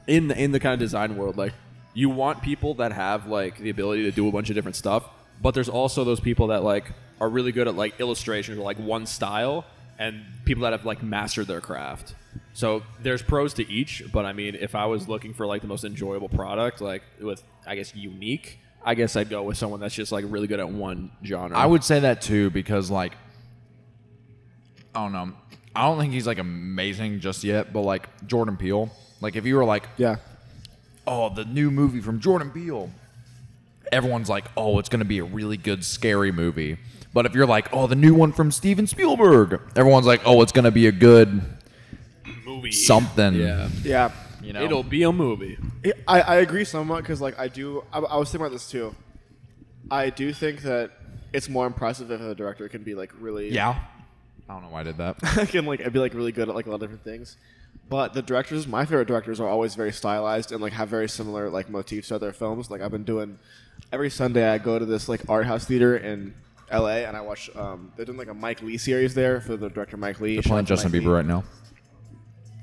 S6: in the, in the kind of design world, like you want people that have like the ability to do a bunch of different stuff, but there's also those people that like are really good at like illustrations or like one style, and people that have like mastered their craft. So there's pros to each, but I mean, if I was looking for like the most enjoyable product, like with I guess unique, I guess I'd go with someone that's just like really good at one genre.
S9: I would say that too because like I don't know. I don't think he's like amazing just yet, but like Jordan Peele. Like if you were like
S4: Yeah.
S9: oh, the new movie from Jordan Peele. Everyone's like, oh, it's going to be a really good scary movie. But if you're like, oh, the new one from Steven Spielberg, everyone's like, oh, it's going to be a good
S6: movie.
S9: something.
S6: yeah,
S4: Yeah.
S9: You know?
S6: it'll be a movie.
S4: I, I agree somewhat because like I do. I, I was thinking about this too. I do think that it's more impressive if a director can be like really
S9: yeah. I don't know why I did that.
S4: can like be like really good at like a lot of different things. But the directors, my favorite directors, are always very stylized and like have very similar like motifs to their films. Like I've been doing every Sunday, I go to this like art house theater in L.A. and I watch. Um, they're doing like a Mike Lee series there for the director Mike Lee.
S9: They're
S4: Shout out
S9: playing
S4: to
S9: Justin
S4: Mike
S9: Bieber
S4: Lee.
S9: right now.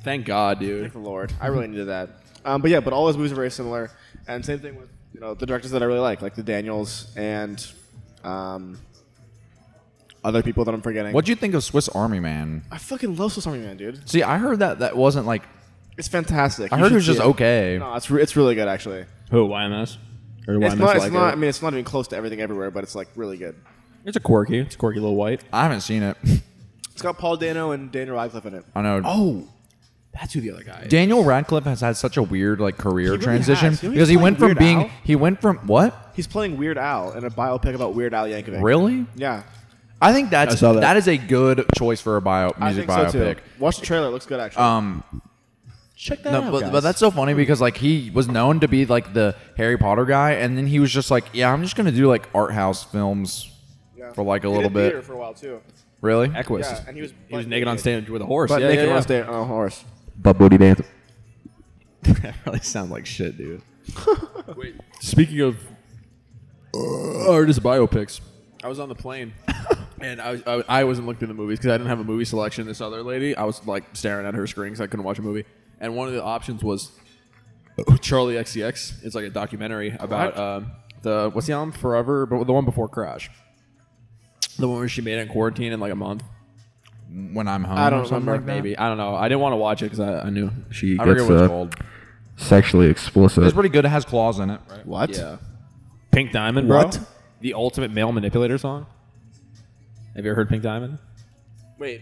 S6: Thank God, dude.
S4: Thank the Lord. I really needed that. Um, but yeah, but all his movies are very similar, and same thing with you know the directors that I really like, like the Daniels and um, other people that I'm forgetting.
S9: What'd you think of Swiss Army Man?
S4: I fucking love Swiss Army Man, dude.
S9: See, I heard that that wasn't like,
S4: It's fantastic.
S9: I
S4: You
S9: heard
S4: should
S9: it was
S4: see
S9: just okay.
S4: No, it's re- it's really good actually.
S6: Who YMS? Or
S4: It's not. It's not. I mean, it's not even close to everything everywhere, but it's like really good.
S6: It's a quirky. It's a quirky little white.
S9: I haven't seen it.
S4: It's got Paul Dano and Daniel Radcliffe in it.
S9: I know. Oh.
S6: That's who the other guy is.
S9: Daniel Radcliffe has had such a weird like career
S6: really
S9: transition
S6: has. You know, he's
S9: because he
S6: playing
S9: went from
S6: Weird
S9: being
S6: Al.
S9: he went from what
S4: He's playing Weird Al in a biopic about Weird Al Yankovic.
S9: really?
S4: Yeah.
S9: I think that's
S5: saw that.
S9: that is a good choice for a bio music
S4: I think
S9: biopic.
S4: so too. Watch the trailer. It looks good, actually.
S9: Um,
S4: Check that
S9: no, but, but that's so funny because like he was known to be like the Harry Potter guy, and then he was just like, yeah, I'm just gonna do like art house films for like a
S4: He
S9: little
S4: did
S9: bit.
S4: theater for a while, too.
S9: Really?
S6: Equus.
S4: Yeah, and he was,
S6: he was naked on stage with a horse.
S4: But
S6: yeah,
S4: naked
S6: yeah,
S4: on
S6: yeah.
S4: stage on a horse.
S9: But booty dance.
S6: that really sounds like shit, dude. Wait, speaking of uh, artist biopics, I was on the plane and I, was, I, I wasn't looking at the movies because I didn't have a movie selection. This other lady, I was like staring at her screen because I couldn't watch a movie. And one of the options was Charlie XCX. It's like a documentary about um, the what's the album Forever, but the one before Crash, the one where she made it in quarantine in like a month.
S9: When I'm home,
S4: I don't
S9: or something
S4: remember.
S9: like that.
S6: Maybe I don't know. I didn't want to watch it because I, I knew she
S9: I
S6: gets
S9: forget what
S6: uh,
S9: it's called.
S6: sexually explicit.
S9: It's pretty good. It has claws in it. Right?
S4: What?
S6: Yeah. Pink Diamond, bro. What? The ultimate male manipulator song. Have you ever heard Pink Diamond?
S4: Wait.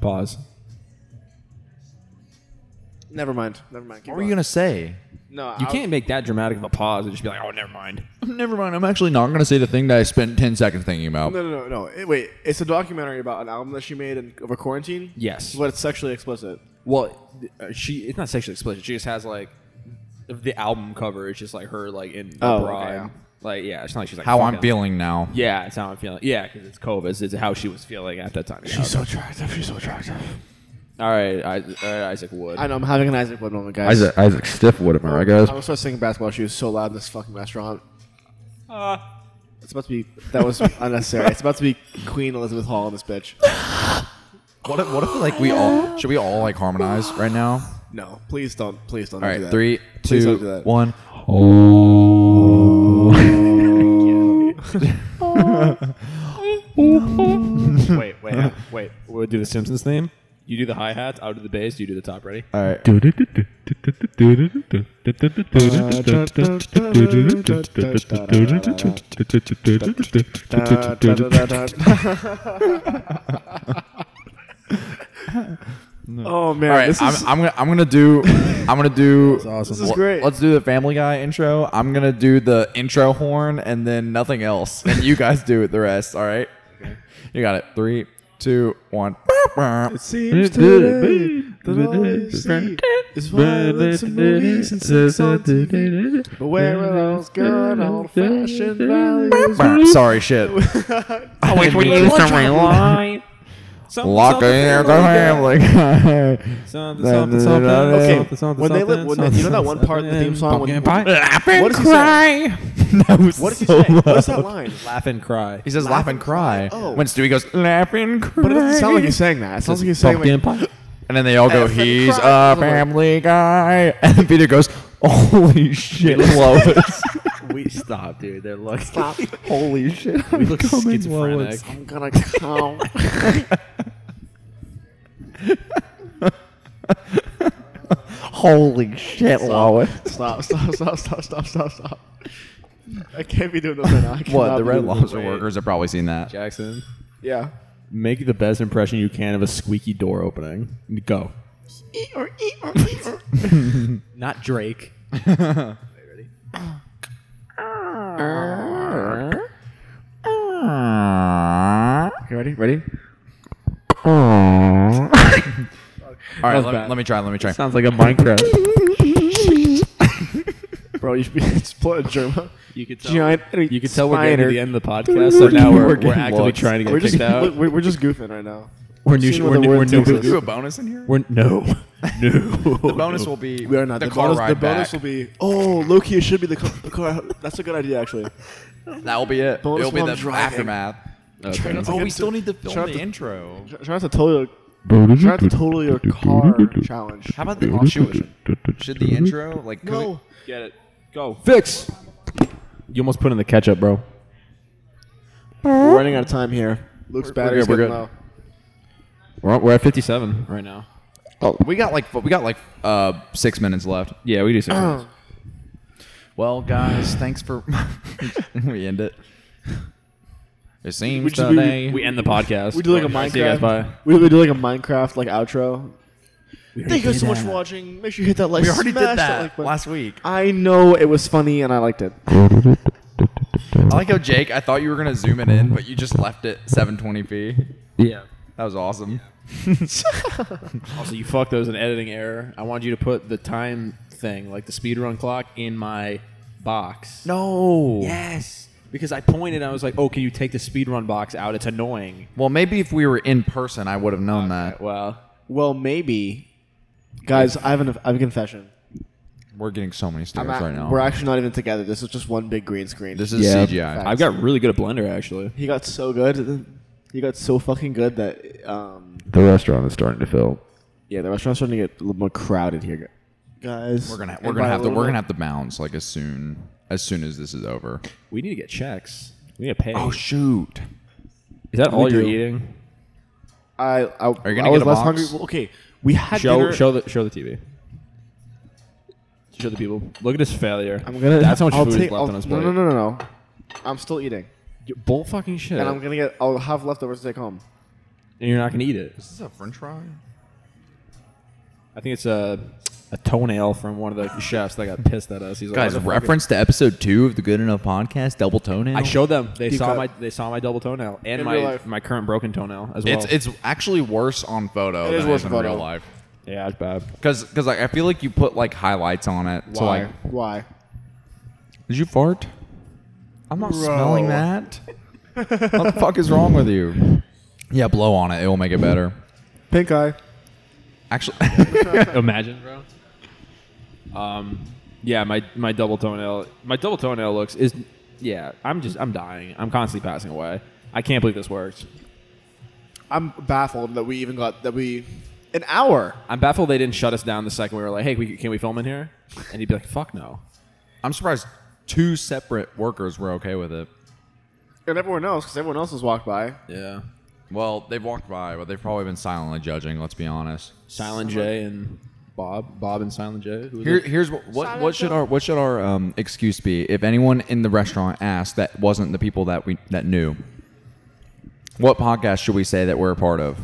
S6: Pause.
S4: Never mind. Never mind. Keep
S9: What were you
S4: going.
S9: gonna say?
S4: No,
S6: You
S4: I-
S6: can't make that dramatic of a pause and just be like, oh, never mind.
S9: Never mind. I'm actually not gonna say the thing that I spent ten seconds thinking about.
S4: No, no, no, no. It- wait, it's a documentary about an album that she made in, over quarantine.
S6: Yes.
S4: but it's sexually explicit.
S6: Well, th- uh, she it's not sexually explicit. She just has like the album cover. It's just like her like in
S4: Oh,
S6: a bra.
S4: okay,
S6: and- Like yeah, it's not like she's like
S9: How I'm
S6: fucking-
S9: feeling now.
S6: Yeah, it's how I'm feeling. Yeah, because it's COVID. It's how she was feeling at that time. She's so attractive. She's so attractive. All right, I, all right Isaac Wood.
S4: I know. I'm having an Isaac Wood moment, guys.
S5: Isaac, Isaac Stiffwood, am I right, guys?
S4: I was singing basketball shoes so loud in this fucking restaurant. It's about to be. That was unnecessary. It's about to be Queen Elizabeth Hall in this bitch.
S9: What if, what if like we all should we all like harmonize right now?
S4: No, please don't. Please don't.
S9: All
S4: do
S9: right,
S4: that.
S9: three,
S4: Please don't do
S9: two,
S4: that.
S9: one.
S6: wait, wait, wait. We'll do the Simpsons theme. You do the hi hats. I'll do the bass. You do the top. Ready?
S9: All right.
S4: Oh man,
S9: All right,
S4: this
S9: I'm,
S4: is
S9: I'm gonna I'm gonna do I'm gonna do
S4: This is great.
S9: Let's do the Family Guy intro. I'm gonna do the intro horn and then nothing else, and you guys do the rest. All right, you got it. Three, two, one.
S4: seems today that all I see is violence and movies and sex on TV. But where are those good old-fashioned values?
S9: Sorry, shit.
S6: Which we use something line. Something,
S9: Lock in the Family Guy.
S6: Something, something, something.
S9: Okay,
S6: something, something,
S4: when they
S6: something,
S4: live- when they- you know that one part of the theme song when-
S6: Pumpkin pie?
S4: What does he say? What does he say? What's that line?
S6: Laugh and cry.
S9: He says laugh and cry.
S4: Oh.
S9: When Stewie goes laugh and cry.
S4: But it doesn't sound like he's saying that. It sounds like he's saying like,
S6: pie.
S9: And then they all go,
S4: Laugh and
S9: he's
S4: cry.
S9: a family guy. And then Peter goes, holy shit, Lois.
S6: We stop, dude. They're like
S4: Stop.
S9: holy shit.
S6: we look schizophrenic.
S4: I'm gonna come.
S9: Holy shit, Lois.
S4: Stop, stop, stop, stop, stop, stop, stop. I can't be doing this right now. I
S9: What,
S4: cannot
S9: the
S4: be
S9: Red
S4: doing this.
S9: Lobster workers have probably seen that.
S6: Jackson,
S4: Yeah.
S6: make the best impression you can of a squeaky door opening. Go. Not Drake.
S4: Okay, ready? Ready?
S9: All right, let me, let me try, let me try.
S6: Sounds like a Minecraft.
S4: Bro, you should be just pull a German.
S6: You could tell.
S4: Giant.
S6: You could tell we're
S4: spider.
S6: getting to the end of the podcast, so now we're,
S9: We're
S6: we're,
S9: getting
S6: actively
S9: looks.
S6: trying to get
S4: We're just
S6: kicked out.
S4: we're, we're just goofing right now.
S6: We're
S4: new- seeing we're where the new- we're new-
S9: Do a bonus in here?
S6: We're no, no.
S9: The bonus will be
S4: We are not.
S9: the,
S4: The,
S9: car
S4: bonus,
S9: ride
S4: the bonus
S9: back.
S4: will be. Oh, Loki, it should be the, co- the car. That's a good idea, actually.
S9: That will be it.
S4: Bonus
S9: It'll be
S4: while
S9: the
S4: I'm driving.
S9: aftermath.
S4: Try not to
S9: Oh,
S4: get
S9: we
S4: to-
S9: still need to film
S4: try not
S9: the
S4: to-
S9: intro.
S4: Try not to total. Try not to total your car challenge.
S9: How about the oh, shoot, should the intro like could we-
S4: No.
S6: Get it. Go. Fix. You almost put in the ketchup, bro.
S4: We're running out of time here. Luke's battery's
S6: we're
S4: getting
S6: good.
S4: low.
S6: We're, we're at 57 right now.
S9: we got like we got like uh six minutes left.
S6: Yeah, we do six. minutes.
S9: Well, guys, thanks for we end it. It seems
S4: Which is-
S9: today
S6: we end the podcast.
S4: We do like a
S6: See you guys.
S4: Minecraft.
S6: Bye.
S4: We, we do like a Minecraft like outro. Thank you guys so much for watching. Make sure you hit that like.
S9: We already
S4: smash
S9: did that
S4: like button.
S9: last week.
S4: I know it was funny and I liked it.
S9: I like how Jake. I thought you were gonna zoom it in, but you just left it 720p.
S6: Yeah.
S9: That was awesome.
S6: Also, you fucked. There was an editing error. I wanted you to put the time thing, like the speed run clock, in my box.
S9: No.
S6: Yes. Because I pointed, I was like, "Oh, can you take the speed run box out? It's annoying."
S9: Well, maybe if we were in person, I would have known that.
S6: Well,
S4: Well, maybe, guys. I have an I have a confession.
S9: We're getting so many stares
S4: I'm at-
S9: right now.
S4: We're actually not even together. This is just one big green screen.
S9: this is CGI.
S6: I've got really good at Blender actually.
S4: he got so good. He got so fucking good that um,
S14: The restaurant is starting to fill.
S4: yeah, the restaurant's starting to get a little more crowded here, guys.
S9: We're gonna
S4: And
S9: we're
S4: by
S9: gonna
S4: a
S9: have to
S4: little
S9: we're
S4: bit-
S9: gonna have to bounce like as soon as soon as this is over.
S6: We need to get checks. We need to pay.
S9: Oh shoot!
S6: Is that all
S4: we
S6: you're
S4: do.
S6: eating?
S4: I I,
S9: you gonna
S4: I was
S9: get a
S4: less
S9: box?
S4: hungry. Well, okay, we had
S6: Show
S4: dinner.
S6: show the show the TV. Show the people. Look at this failure.
S4: I'm gonna.
S6: That's how much
S4: I'll
S6: food
S4: take,
S6: is left
S4: I'll-
S6: on his
S4: no,
S6: plate.
S4: No, no, no, no. I'm still eating,
S6: Bull fucking shit.
S4: and
S6: And,
S4: I'm gonna get. I'll have leftovers to take home.
S6: you're not gonna eat it.
S9: Is this a French fry?
S6: I think it's a a toenail from one of the chefs that got pissed at us. He's like,
S9: Guys,
S6: "What the fuck
S9: reference to episode two of the Good Enough podcast, double toenail.
S6: I showed them. They
S4: Deep
S6: saw
S4: cut.
S6: my they saw my double toenail and
S4: In real
S6: my
S4: life.
S6: my current broken toenail as well.
S9: It's it's actually worse on photo
S4: It is
S9: than
S4: worse
S9: it is in
S4: on photo.
S9: real life.
S6: yeah, it's bad.
S9: Because because like I feel like you put like highlights on it. So
S4: Why?
S9: like,
S4: Why?
S9: did you fart? I'm not smelling that. what the fuck is wrong with you? Yeah, blow on it. It will make it better.
S4: Pink eye.
S9: Actually,
S6: Imagine, bro. Um, yeah, my my double toenail, my double toenail looks is yeah. I'm just I'm dying. I'm constantly passing away. I can't believe this worked.
S4: I'm baffled that we even got that we an hour.
S6: I'm baffled they didn't shut us down the second we were like, hey, we, can we film in here? And he'd be like, fuck no.
S9: I'm surprised two separate workers were okay with it.
S4: And everyone else, because everyone else has walked by.
S6: Yeah.
S9: Well, they've walked by, but they've probably been silently judging. Let's be honest.
S6: Silent J and Bob, Bob and Silent J. Who was
S9: Here,
S6: it?
S9: here's what what, what should our what should our um, excuse be if anyone in the restaurant asked that wasn't the people that we that knew. What podcast should we say that we're a part of?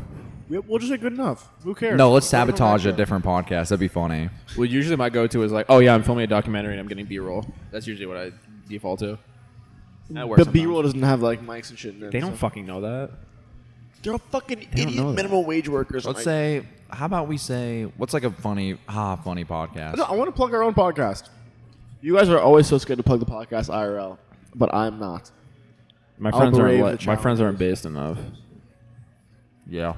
S4: We, we'll just say good enough. Who cares?
S9: No, let's
S4: We're gonna
S9: sabotage
S4: go
S9: a
S4: back there.
S9: different podcast. That'd be funny.
S6: Well, usually my go-to is like, oh yeah, I'm filming a documentary and I'm getting B-roll. That's usually what I default to. That works
S4: The B
S6: sometimes.
S4: roll doesn't have like mics and shit. In it,
S6: They don't
S4: so.
S6: fucking know that.
S4: They're all fucking idiot minimum wage workers.
S9: Let's
S4: Mike.
S9: say, how about we say, what's like a funny, ah, funny podcast?
S4: No, I want to plug our own podcast. You guys are always so scared to plug the podcast IRL, but I'm not.
S6: My
S4: I'll
S6: friends aren't.
S4: brave
S6: li-
S4: the
S6: my friends aren't based enough.
S9: Yeah.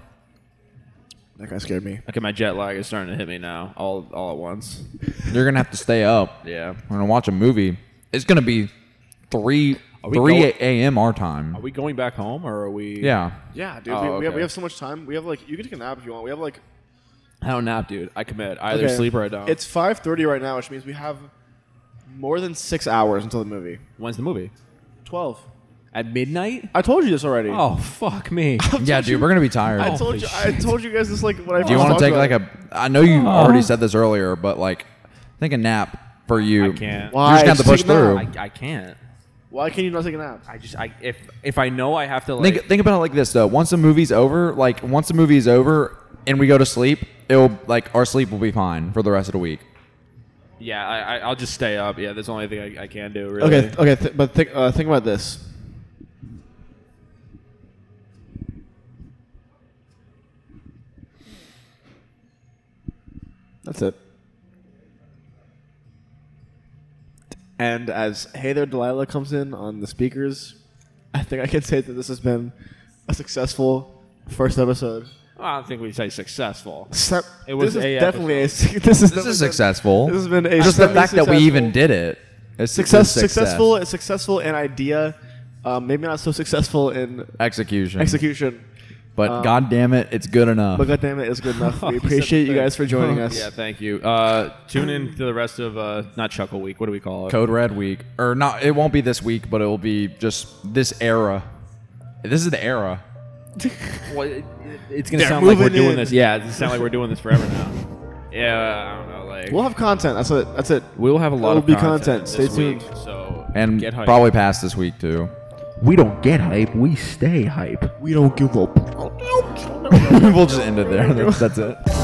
S4: That guy scared me.
S6: Okay, my jet lag is starting to hit me now, all all at once.
S9: You're going to have to stay up.
S6: Yeah.
S9: We're going to watch a movie. It's going to be 3,
S6: we
S9: 3
S6: going-
S9: a.m. our time.
S6: Are we going back home or are we?
S9: yeah.
S4: Yeah, dude. we,
S6: Oh,
S4: we, have,
S6: okay.
S4: we have so much time. We have like you can take a nap if you want. We have like
S6: I don't nap, dude. I commit. I either
S4: Okay.
S6: sleep or I don't.
S4: It's five thirty right now, which means we have more than six hours until the movie.
S6: when's the movie?
S4: Twelve.
S6: At midnight?
S4: I told you this already.
S6: Oh fuck me!
S9: Yeah, dude, we're going to be tired.
S4: I told you. I told you guys this like when I.
S9: Do you want to take like a, I know
S6: Oh.
S9: you already said this earlier, but like, think a nap for you.
S6: I can't.
S4: Why?
S9: You're just going to
S4: Just
S9: push
S4: take a nap.
S9: through.
S6: I, I can't.
S4: Why can you not take a nap?
S6: I just I if if I know I have to like.
S9: think think about it like this though. Once the movie's over, like once the movie's over and we go to sleep, it'll like our sleep will be fine for the rest of the week.
S6: yeah, I, I I'll just stay up. Yeah, that's the only thing I, I can do. Really.
S4: Okay. Okay. Th- but think. Uh, think about this. That's it. And as Hey There Delilah comes in on the speakers, I think I can say that this has been a successful first episode.
S6: Well, I don't think we say successful.
S4: Sep-
S6: It was
S4: this
S6: a
S4: is definitely a, suc- this is
S9: This is
S4: definitely-
S9: successful.
S4: This has been a
S9: Just the
S4: semi-
S9: fact that we
S4: successful-
S9: even did it. It's
S4: success,
S9: success.
S4: successful, it's successful in idea, um, maybe not so successful in
S9: execution.
S4: execution.
S9: But
S4: Um,
S9: god damn it, it's good enough.
S4: But goddamn it, it's good enough. We appreciate you guys for joining us.
S6: Yeah, thank you. Uh, tune in to the rest of uh, not Chuckle Week. What do we call it?
S9: Code Red Week, or not? It won't be this week, but it will be just this era. This is the era.
S6: Well, it- it- it's gonna
S4: They're
S6: sound like we're
S4: moving
S6: doing
S4: in.
S6: this. Yeah, it's gonna sound like we're doing this forever now. Yeah, I don't know. Like
S4: We'll have content. That's it. That's it.
S6: we will have a lot
S4: There'll
S6: of
S4: be
S6: content.
S4: content. Stay
S6: this week,
S4: tuned.
S6: so
S9: and
S6: get hyped.
S9: probably past this week too.
S14: We don't get hype, we stay hype.
S4: We don't give up.
S9: we'll just end it there. That's, that's it.